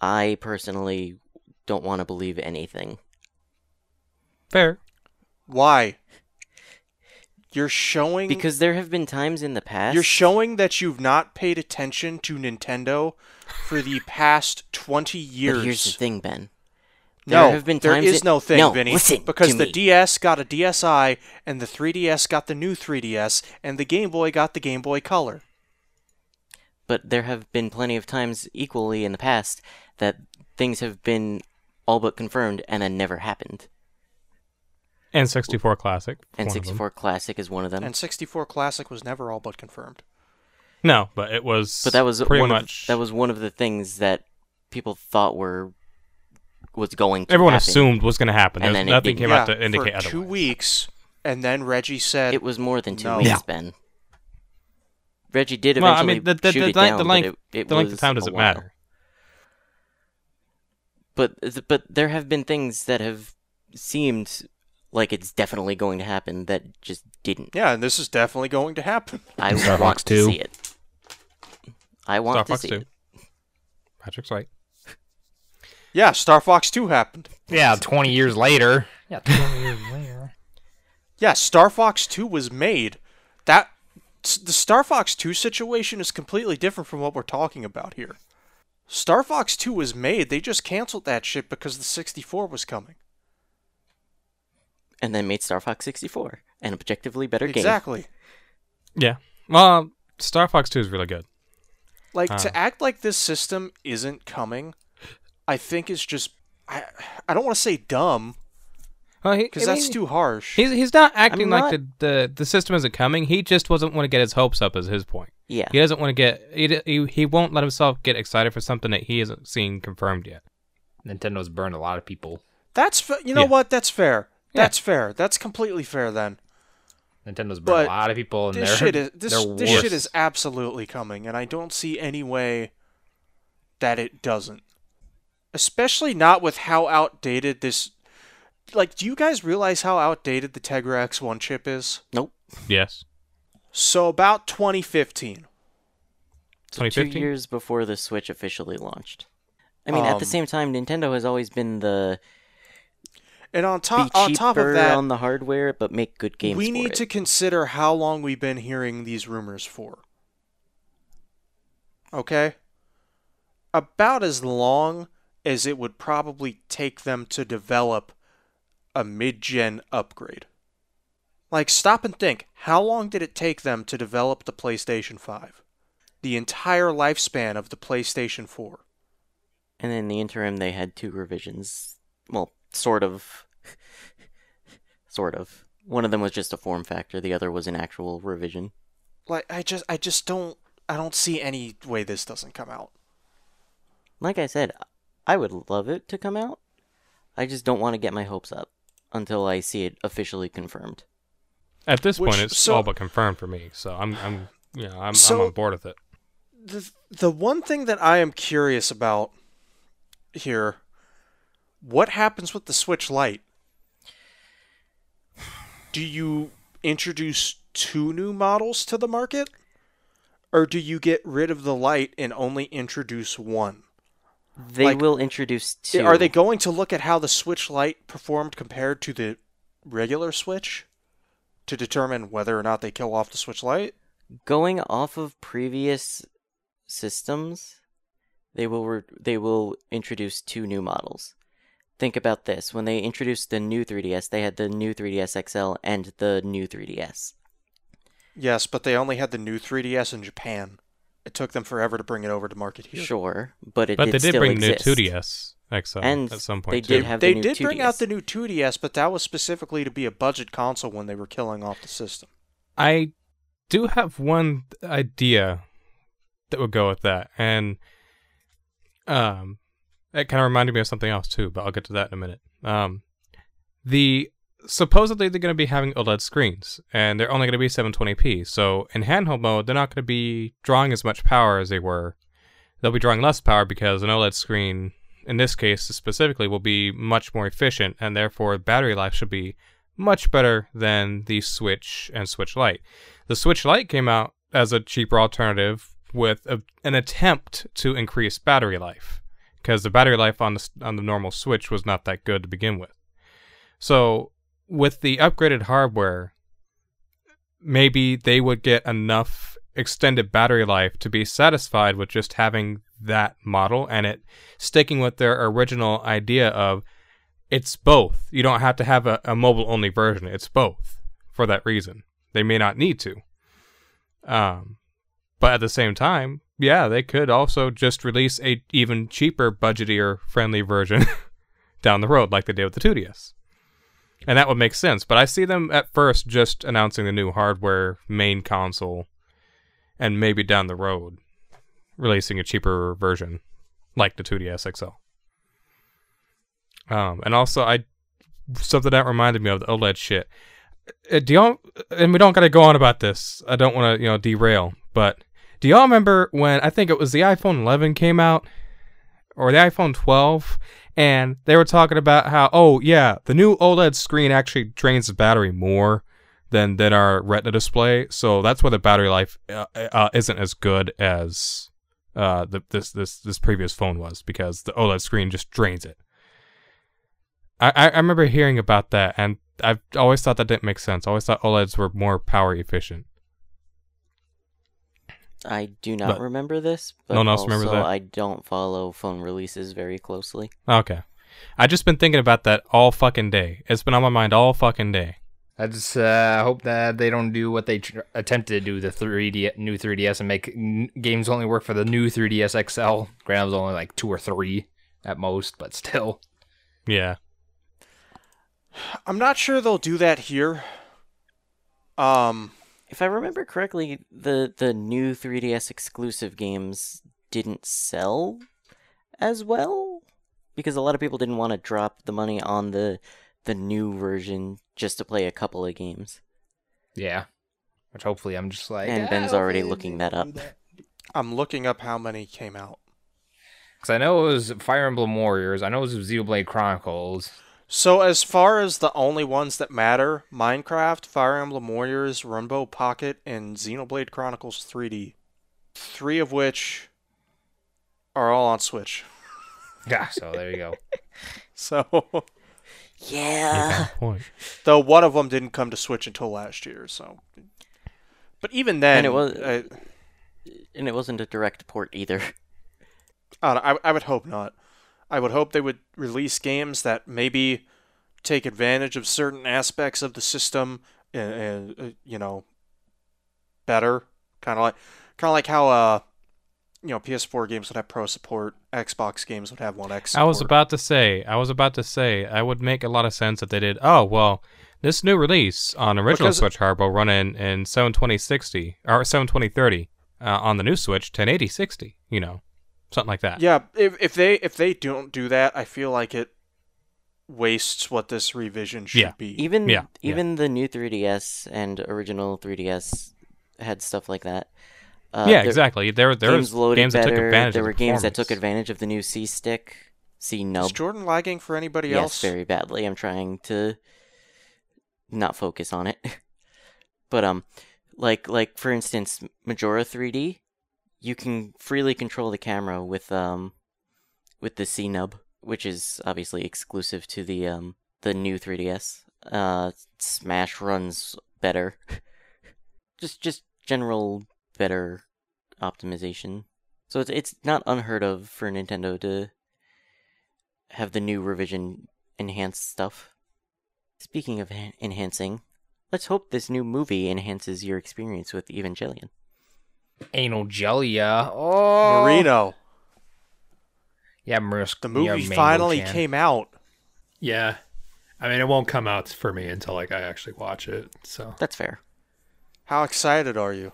S1: I personally don't want to believe anything.
S2: Fair.
S3: Why? You're showing
S1: Because there have been times in the past.
S3: you're showing that you've not paid attention to Nintendo for the past 20 years.
S1: But here's the thing, Ben.
S3: no,
S1: there have been
S3: there
S1: times
S3: is
S1: that-
S3: no thing,
S1: No,
S3: Vinny,
S1: listen
S3: because
S1: to
S3: the
S1: me.
S3: DS got a DSi and the 3DS got the new 3DS and the Game Boy got the Game Boy Color.
S1: but there have been plenty of times equally in the past that things have been all but confirmed and then never happened.
S2: And 64 Classic.
S1: And
S2: one of them.
S1: 64 Classic is one of them.
S3: And 64 Classic was never all but confirmed.
S2: No, but it was.
S1: but that was
S2: pretty
S1: one
S2: much.
S1: of that was one of the things that people thought were was going to
S2: everyone
S1: happen.
S2: assumed was going to happen.
S1: And
S2: There's
S1: then it
S2: nothing
S1: didn't.
S2: came
S3: yeah,
S2: out to indicate
S3: for
S2: otherwise.
S3: two weeks, and then Reggie said,
S1: it was more than 2
S3: No.
S1: weeks,
S3: Yeah.
S1: Ben. Reggie did
S2: Well, I
S1: eventually
S2: mean, the, the,
S1: shoot
S2: the,
S1: it
S2: length-
S1: down,
S2: the
S1: but
S2: length,
S1: it, it
S2: the length of
S1: was
S2: time
S1: a
S2: doesn't
S1: while.
S2: matter.
S1: but but there have been things that have seemed like it's definitely going to happen that just didn't.
S3: "Yeah, and this is definitely going to happen."
S1: I
S6: Star
S1: want
S6: Fox
S1: to
S6: 2.
S1: see it. I want
S2: Star
S1: to
S2: Fox
S1: see
S2: 2.
S1: it.
S2: Patrick's right.
S3: Yeah, Star Fox 2 happened.
S6: Yeah, 20 years later. Yeah, 20 years
S3: Yeah, Star Fox 2 was made. That s- the Star Fox 2 situation is completely different from what we're talking about here. Star Fox 2 was made. They just canceled that shit because the 64 was coming.
S1: and then made Star Fox 64, an objectively better game.
S3: Exactly.
S2: Yeah. Well, Star Fox 2 is really good.
S3: Like
S2: Ah.
S3: to act like this system isn't coming, I think is just I I don't want to say dumb
S2: Well, he-
S3: because
S2: I
S3: that's
S2: mean,
S3: too harsh.
S2: He's, he's not acting
S1: I'm
S2: like the, the the system isn't coming. He just doesn't want to get his hopes up. Is his point.
S1: Yeah.
S2: He doesn't want to get he, d- he he won't let himself get excited for something that he isn't seeing confirmed yet.
S6: Nintendo's burned a lot of people.
S3: That's fa- you know
S2: Yeah.
S3: what? That's fair.
S2: Yeah.
S3: That's fair. That's completely fair. Then
S6: Nintendo's
S3: But
S6: burned a lot of people, and
S3: this
S6: they're
S3: shit is this
S6: they're
S3: this shit
S6: worse.
S3: is absolutely coming, and I don't see any way that it doesn't. Especially not with how outdated this. Like, do you guys realize how outdated the Tegra X1 chip is?
S1: Nope.
S2: Yes.
S3: So about 2015.
S1: Two
S2: 2015.
S1: years before the Switch officially launched. I mean, at the
S3: Um,
S1: same time, Nintendo has always been the
S3: And on
S1: be
S3: top
S1: cheaper
S3: on top of that,
S1: on the hardware, but make good games.
S3: we
S1: for
S3: need
S1: it.
S3: to consider how long we've been hearing these rumors for. Okay? About as long as it would probably take them to develop a mid gen upgrade. Like, stop and think. How long did it take them to develop the PlayStation 5? The entire lifespan of the PlayStation 4.
S1: And in the interim, they had two revisions. Well, sort of. sort of. One of them was just a form factor, the other was an actual revision.
S3: Like, I just, I just don't, I don't see any way this doesn't come out.
S1: Like I said, I would love it to come out. I just don't want to get my hopes up until I see it officially confirmed.
S2: At this
S3: Which-
S2: point, it's
S3: so-
S2: all but confirmed for me. So I'm I'm you know I'm,
S3: So-
S2: I'm on board with it.
S3: the the one thing that I am curious about here, what happens with the Switch Lite? Do you introduce two new models to the market, or do you get rid of the Lite and only introduce one?
S1: They
S3: Like,
S1: will introduce two.
S3: Are they going to look at how the Switch Lite performed compared to the regular Switch to determine whether or not they kill off the Switch Lite?
S1: going off of previous systems? They will re- they will introduce two new models. Think about this: when they introduced the new 3DS, they had the new 3DS XL and the new 3DS.
S3: Yes, but they only had the new 3DS in Japan. It took them forever to bring it over to market here.
S1: Sure, but it
S2: But
S1: did
S2: they did
S1: still
S2: bring
S1: exist.
S2: new 2ds XL
S1: And
S2: at some
S1: they
S2: point.
S1: did
S2: too.
S1: have
S3: they
S1: the new
S3: did bring out
S1: 2DS.
S3: the new 2DS, but that was specifically to be a budget console when they were killing off the system.
S2: I do have one idea that would go with that, and um, it kind of reminded me of something else too. But I'll get to that in a minute. Um, the supposedly they're going to be having OLED screens, and they're only going to be 720p. So in handheld mode, they're not going to be drawing as much power as they were. They'll be drawing less power because an OLED screen, in this case specifically, will be much more efficient, and therefore battery life should be much better than the Switch and Switch Lite. The Switch Lite came out as a cheaper alternative with a, an attempt to increase battery life because the battery life on the s- on the normal Switch was not that good to begin with. So with the upgraded hardware, maybe they would get enough extended battery life to be satisfied with just having that model and it sticking with their original idea of it's both. You don't have to have a, a mobile only version. It's both for that reason. They may not need to. Um, but at the same time, yeah, they could also just release a even cheaper, budgetier friendly version down the road, like they did with the 2DS. And that would make sense. But I see them at first just announcing the new hardware main console and maybe down the road releasing a cheaper version like the 2DS XL. Um, and also, I something that reminded me of the OLED shit. Uh, do y'all? And we don't got to go on about this. I don't want to, you know, derail. But do y'all remember when I think it was the iPhone 11 came out, or the iPhone 12, and they were talking about how, oh yeah, the new OLED screen actually drains the battery more than than our Retina display, so that's why the battery life uh, uh, isn't as good as uh, the, this this this previous phone was because the OLED screen just drains it. I, I I remember hearing about that, and I've always thought that didn't make sense. I always thought OLEDs were more power efficient.
S1: I do not
S2: But-
S1: remember this, but
S2: No one else
S1: also
S2: remembers that?
S1: I don't follow phone releases very closely.
S2: Okay, I just been thinking about that all fucking day. It's been on my mind all fucking day.
S6: I just uh, hope that they don't do what they tr- attempted to do the 3D new 3DS and make n- games only work for the new 3DS XL. Granted, it was only like two or three at most, but still.
S2: Yeah.
S3: I'm not sure they'll do that here. Um,
S1: If I remember correctly, the the new 3DS exclusive games didn't sell as well because a lot of people didn't want to drop the money on the the new version just to play a couple of games.
S6: Yeah. Which hopefully I'm just like.
S1: And Ben's already looking that up.
S3: I'm looking up how many came out.
S6: Because I know it was Fire Emblem Warriors. I know it was Xenoblade Chronicles.
S3: So as far as the only ones that matter, Minecraft, Fire Emblem Warriors, Rumbo Pocket, and Xenoblade Chronicles 3D. Three of which are all on Switch.
S6: Yeah, so there you go.
S3: So
S1: Yeah.
S2: Point.
S3: though one of them didn't come to Switch until last year, so but even then
S1: And it was-
S3: I,
S1: And it wasn't a direct port either.
S3: I, don't know, I I would hope not. I would hope they would release games that maybe take advantage of certain aspects of the system and, and uh, you know better, kind of like kind of like how uh you know PS4 games would have pro support, Xbox games would have one X.
S2: I was
S3: support.
S2: about to say, I was about to say, I would make a lot of sense if they did. Oh well, this new release on original
S3: Because-
S2: Switch hardware will run in in 72060 or 72030 uh, on the new Switch 108060. You know, something like that.
S3: Yeah, if if they if they don't do that, I feel like it wastes what this revision should
S2: Yeah.
S3: be.
S1: Even
S2: Yeah, yeah.
S1: even the new 3DS and original 3DS had stuff like that. Uh,
S2: yeah,
S1: there-
S2: exactly. There, there
S1: games
S2: was
S1: loaded
S2: games that
S1: better.
S2: took advantage.
S1: there
S2: of
S1: were
S2: the
S1: games that took
S2: performance.
S1: advantage of the new C stick, C
S3: Is
S1: nub.
S3: Jordan lagging for anybody
S1: Yes,
S3: else?
S1: very badly. I'm trying to not focus on it. but um like like for instance Majora 3D, you can freely control the camera with um with the C nub, which is obviously exclusive to the um the new 3DS. Uh Smash runs better. just just general better optimization. So it's it's not unheard of for Nintendo to have the new revision enhanced stuff. Speaking of en- enhancing, let's hope this new movie enhances your experience with Evangelion.
S6: Anal Jellia. Oh.
S3: Marino,
S6: Yeah, Maris-
S3: the
S6: yeah,
S3: movie
S6: Mango
S3: finally
S6: Chan.
S3: came out.
S4: Yeah. I mean, it won't come out for me until like I actually watch it. So
S1: That's fair.
S3: How excited are you?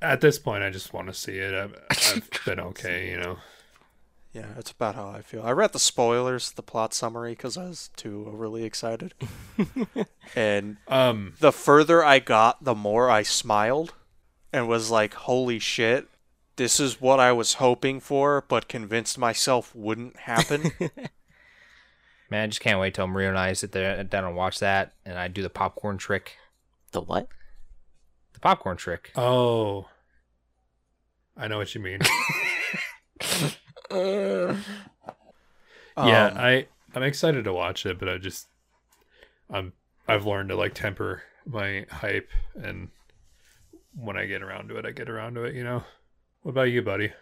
S4: at this point, I just want to see it. I've, I've been okay, you know.
S3: Yeah, that's about how I feel. I read the spoilers, the plot summary, because I was too overly excited. and
S4: Um,
S3: the further I got, the more I smiled and was like, holy shit, this is what I was hoping for, but convinced myself wouldn't happen.
S6: Man, I just can't wait till Maria and I sit there down and watch that, and I do the popcorn trick.
S1: The what?
S6: The popcorn trick.
S4: oh, I know what you mean. yeah,
S3: Um,
S4: I I'm excited to watch it, but I just I'm I've learned to like temper my hype, and when I get around to it, I get around to it. You know. What about you, buddy?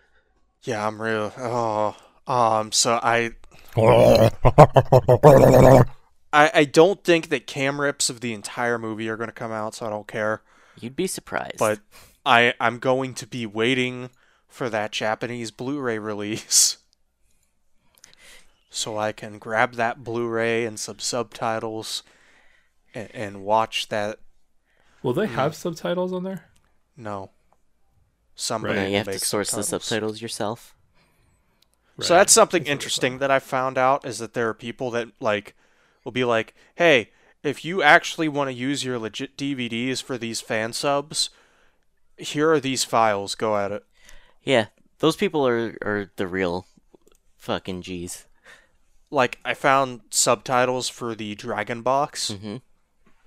S3: Yeah, I'm real. Oh, um, so I, I, I don't think that cam rips of the entire movie are going to come out, so I don't care.
S1: You'd be surprised.
S3: But I, I'm going to be waiting for that Japanese Blu-ray release, so I can grab that Blu-ray and some subtitles, and, and watch that.
S4: Will they have subtitles on there?
S3: No, somebody
S1: Yeah,
S3: will
S1: you have to
S3: make
S1: source the
S3: subtitles.
S1: subtitles yourself.
S3: So that's something interesting that I found out is that there are people that like will be like, "Hey, if you actually want to use your legit DVDs for these fan subs, here are these files. Go at it."
S1: Yeah, those people are, are the real fucking G's.
S3: Like I found subtitles for the Dragon Box,
S1: Mhm.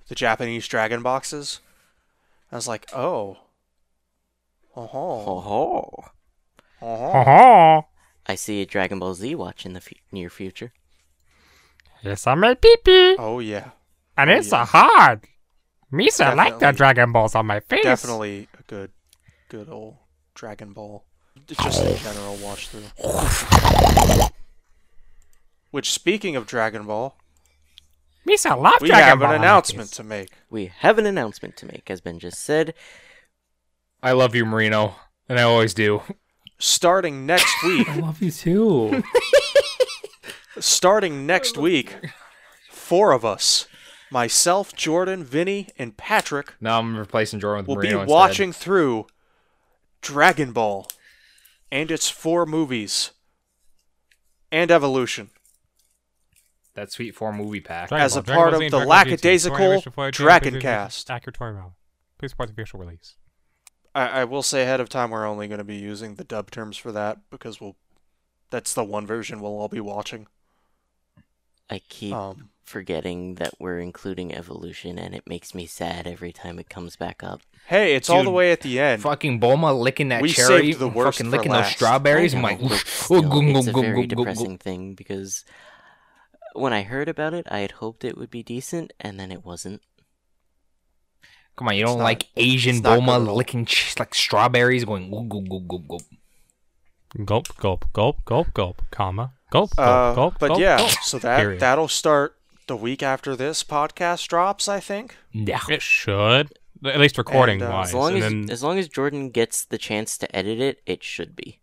S3: the Japanese Dragon boxes. I was like, "Oh, oh,
S1: Oh,
S3: oh,
S2: Uh-huh.
S1: I see a Dragon Ball Z watch in the f- near future.
S2: Yes, I made pee pee,
S3: oh yeah,
S2: and it's
S3: yeah.
S2: a hard. Misa like the
S3: Definitely.
S2: Dragon Balls on my face.
S3: definitely a good, good old Dragon Ball." Just a general watch through. Which, speaking of Dragon Ball,
S2: Misa love
S3: we have an announcement to make.
S1: We have an announcement to make, as Ben just said.
S6: I love you, Marino, and I always do.
S3: Starting next week,
S4: I love you too.
S3: starting next week, four of us, myself, Jordan, Vinny, and Patrick,
S6: Now I'm replacing Jordan with
S3: will be
S6: Marino. instead.
S3: watching through Dragon Ball and its four movies and Evolution
S6: that Sweet Four movie pack.
S3: as a part of the lackadaisical Dragon Cast.
S2: Accurate Toriyama. Please support the official release.
S3: I, I will say ahead of time we're only going to be using the dub terms for that because we'll that's the one version we'll all be watching.
S1: I keep
S3: Um,
S1: forgetting that we're including evolution, and it makes me sad every time it comes back up.
S3: hey, it's all the
S6: Dude,
S3: way at the end.
S6: Fucking Bulma licking that
S3: We
S6: cherry,
S3: saved the worst
S6: fucking
S3: for
S6: licking
S3: last.
S6: those strawberries.
S1: I
S6: I'm
S1: know,
S6: like,
S1: but
S6: oof,
S1: still,
S6: oh, gum,
S1: it's a
S6: gum, gum,
S1: very
S6: gum, gum, gum.
S1: depressing thing because when I heard about it, I had hoped it would be decent, and then it wasn't.
S6: Come on, you
S3: It's
S6: don't
S3: not-
S6: like Asian
S3: it's not good at
S6: Bulma
S3: all.
S6: licking ch- like strawberries, going gum, gum, gum, gum, gum.
S2: Gulp, gulp, gulp, gulp, gulp, comma, gulp, gulp,
S3: Uh,
S2: gulp.
S3: but
S2: gulp,
S3: yeah,
S2: gulp.
S3: so that
S2: Period.
S3: that'll start the week after this podcast drops, I think.
S6: Yeah.
S2: it should at least recording
S3: And, uh,
S2: wise.
S1: As long
S2: and
S1: as
S2: then,
S1: as long as Jordan gets the chance to edit it, it should be.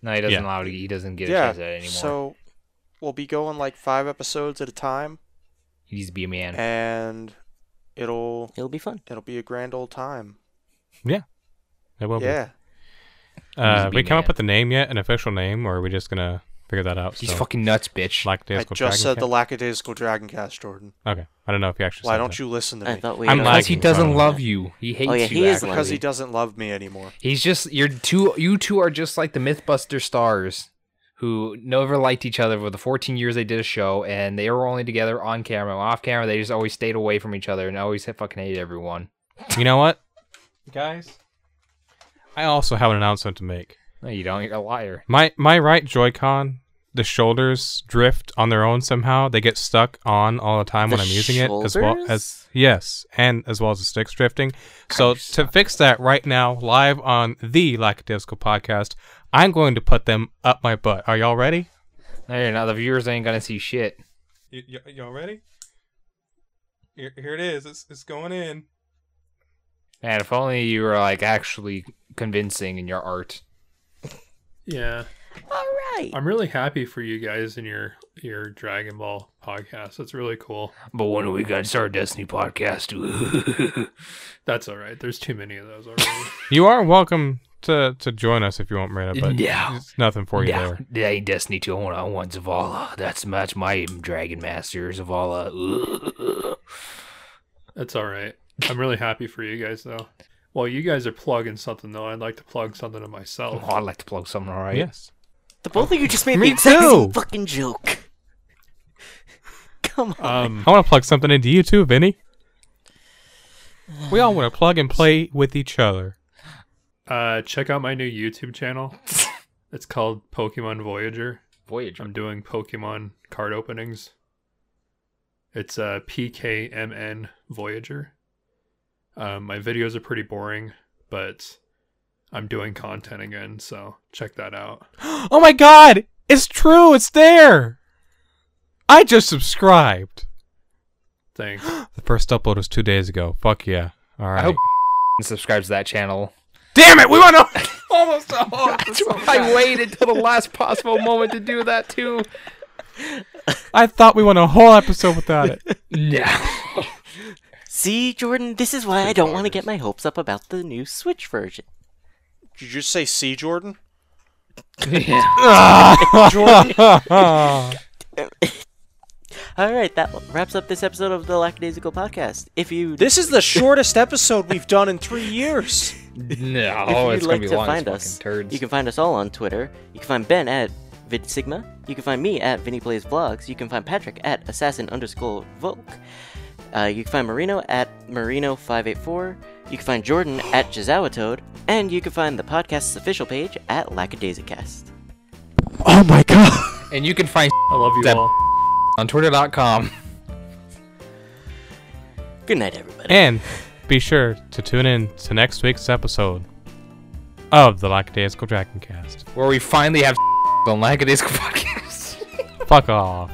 S6: No, he doesn't
S2: Yeah.
S6: allow. He doesn't get a
S3: yeah.
S6: chance at it anymore.
S3: So we'll be going like five episodes at a time,
S6: he needs to be a man.
S3: and it'll
S1: It'll be fun.
S3: it'll be a grand old time.
S2: it will
S3: yeah.
S2: be. Uh,
S6: He's
S2: we
S6: being
S2: come up
S6: mad.
S2: with the name yet, an official name, or are we just gonna figure that out?
S6: He's
S2: so,
S6: fucking nuts, bitch.
S3: I
S2: Lackadaisical
S3: just
S2: Dragon
S3: said the
S2: Cat?
S3: lackadaisical dragon cast, Jordan.
S2: Okay, I don't know if you actually.
S3: Why
S2: said
S3: don't
S2: that.
S3: you listen to
S1: I
S3: me?
S1: thought we.
S2: I'm
S1: had
S6: Because
S1: already
S6: he
S2: lagging, so I
S6: doesn't
S2: don't
S6: love
S1: know.
S6: you. He hates
S1: yeah,
S6: you.
S1: he is
S6: actually.
S3: because he
S1: Maybe.
S3: doesn't love me anymore.
S6: He's just you're two. You two are just like the MythBuster stars, who never liked each other for the 14 years they did a show, and they were only together on camera, off camera. They just always stayed away from each other and always hit fucking hated everyone.
S2: You know what, guys? I also have an announcement to make.
S6: No, you don't. You're a liar.
S2: My my right Joy-Con, the shoulders drift on their own somehow. They get stuck on all the time
S1: The
S2: when I'm using it, as well
S1: shoulders?
S2: as yes, and as well as the sticks drifting. So to fix that right now, live on the Lackadaisical podcast, I'm going to put them up my butt. Are y'all ready?
S6: No, you're not. The viewers ain't gonna see shit.
S2: Y- y- y'all ready? Here, here it is. It's it's going in.
S6: Man, if only you were like actually convincing in your art.
S4: yeah,
S1: All right.
S4: I'm really happy for you guys and your your Dragon Ball podcast. That's really cool.
S6: But when are we gonna start Destiny podcast?
S4: That's all right. There's too many of those already.
S2: You are welcome to to join us if you want, Marina. But
S6: Yeah.
S2: it's nothing for you
S6: Yeah,
S2: there.
S6: that ain't Destiny 2 one on one Zavala. That's that's my Dragon Master Zavala.
S4: That's all right. I'm really happy for you guys though. While you guys are plugging something though, I'd like to plug something to myself.
S6: Oh, I'd like to plug something, all right?
S2: Yes.
S1: The both of you just made
S2: Me
S1: the exact
S2: too.
S1: same fucking joke. Come on.
S4: Um,
S2: I want to plug something into you too, Vinny. We all want to plug and play with each other.
S4: uh, check out my new YouTube channel. It's called Pokemon Voyager.
S6: Voyager.
S4: I'm doing Pokemon card openings. It's uh, PKMN Voyager. Um, my videos are pretty boring, but I'm doing content again, so check that out.
S2: Oh my God! It's true. It's there. I just subscribed.
S4: Thanks.
S2: The first upload was two days ago. Fuck yeah! All right.
S6: I hope subscribes to that channel.
S2: Damn it! We want to.
S6: I waited till the last possible moment to do that, too.
S2: I thought we went a whole episode without it.
S6: Yeah.
S1: See, Jordan, this is why I don't want to get my hopes up about the new Switch version.
S3: Did you just say C, Jordan?
S1: All right, that wraps up this episode of the Lackadaisical Podcast. If you
S3: This is the shortest episode we've done in three years.
S6: no,
S1: if
S6: Oh, it's
S1: you'd like
S6: gonna be
S1: to
S6: long as
S1: find
S6: fucking
S1: us,
S6: turds.
S1: you can find us all on Twitter. You can find Ben at VidSigma. You can find me at VinnyPlaysVlogs. You can find Patrick at Assassin underscore Volk. Uh, you can find Marino at Marino584. You can find Jordan at Jazawatoad. And you can find the podcast's official page at LackadaisicCast.
S2: Oh
S6: and you can find
S4: I love you
S6: That-
S4: all.
S6: on twitter.com.
S1: Good night, everybody.
S2: And be sure to tune in to next week's episode of the Lackadaisical Dragon Cast.
S6: where we finally have on Lackadaisical Podcast.
S2: Fuck off.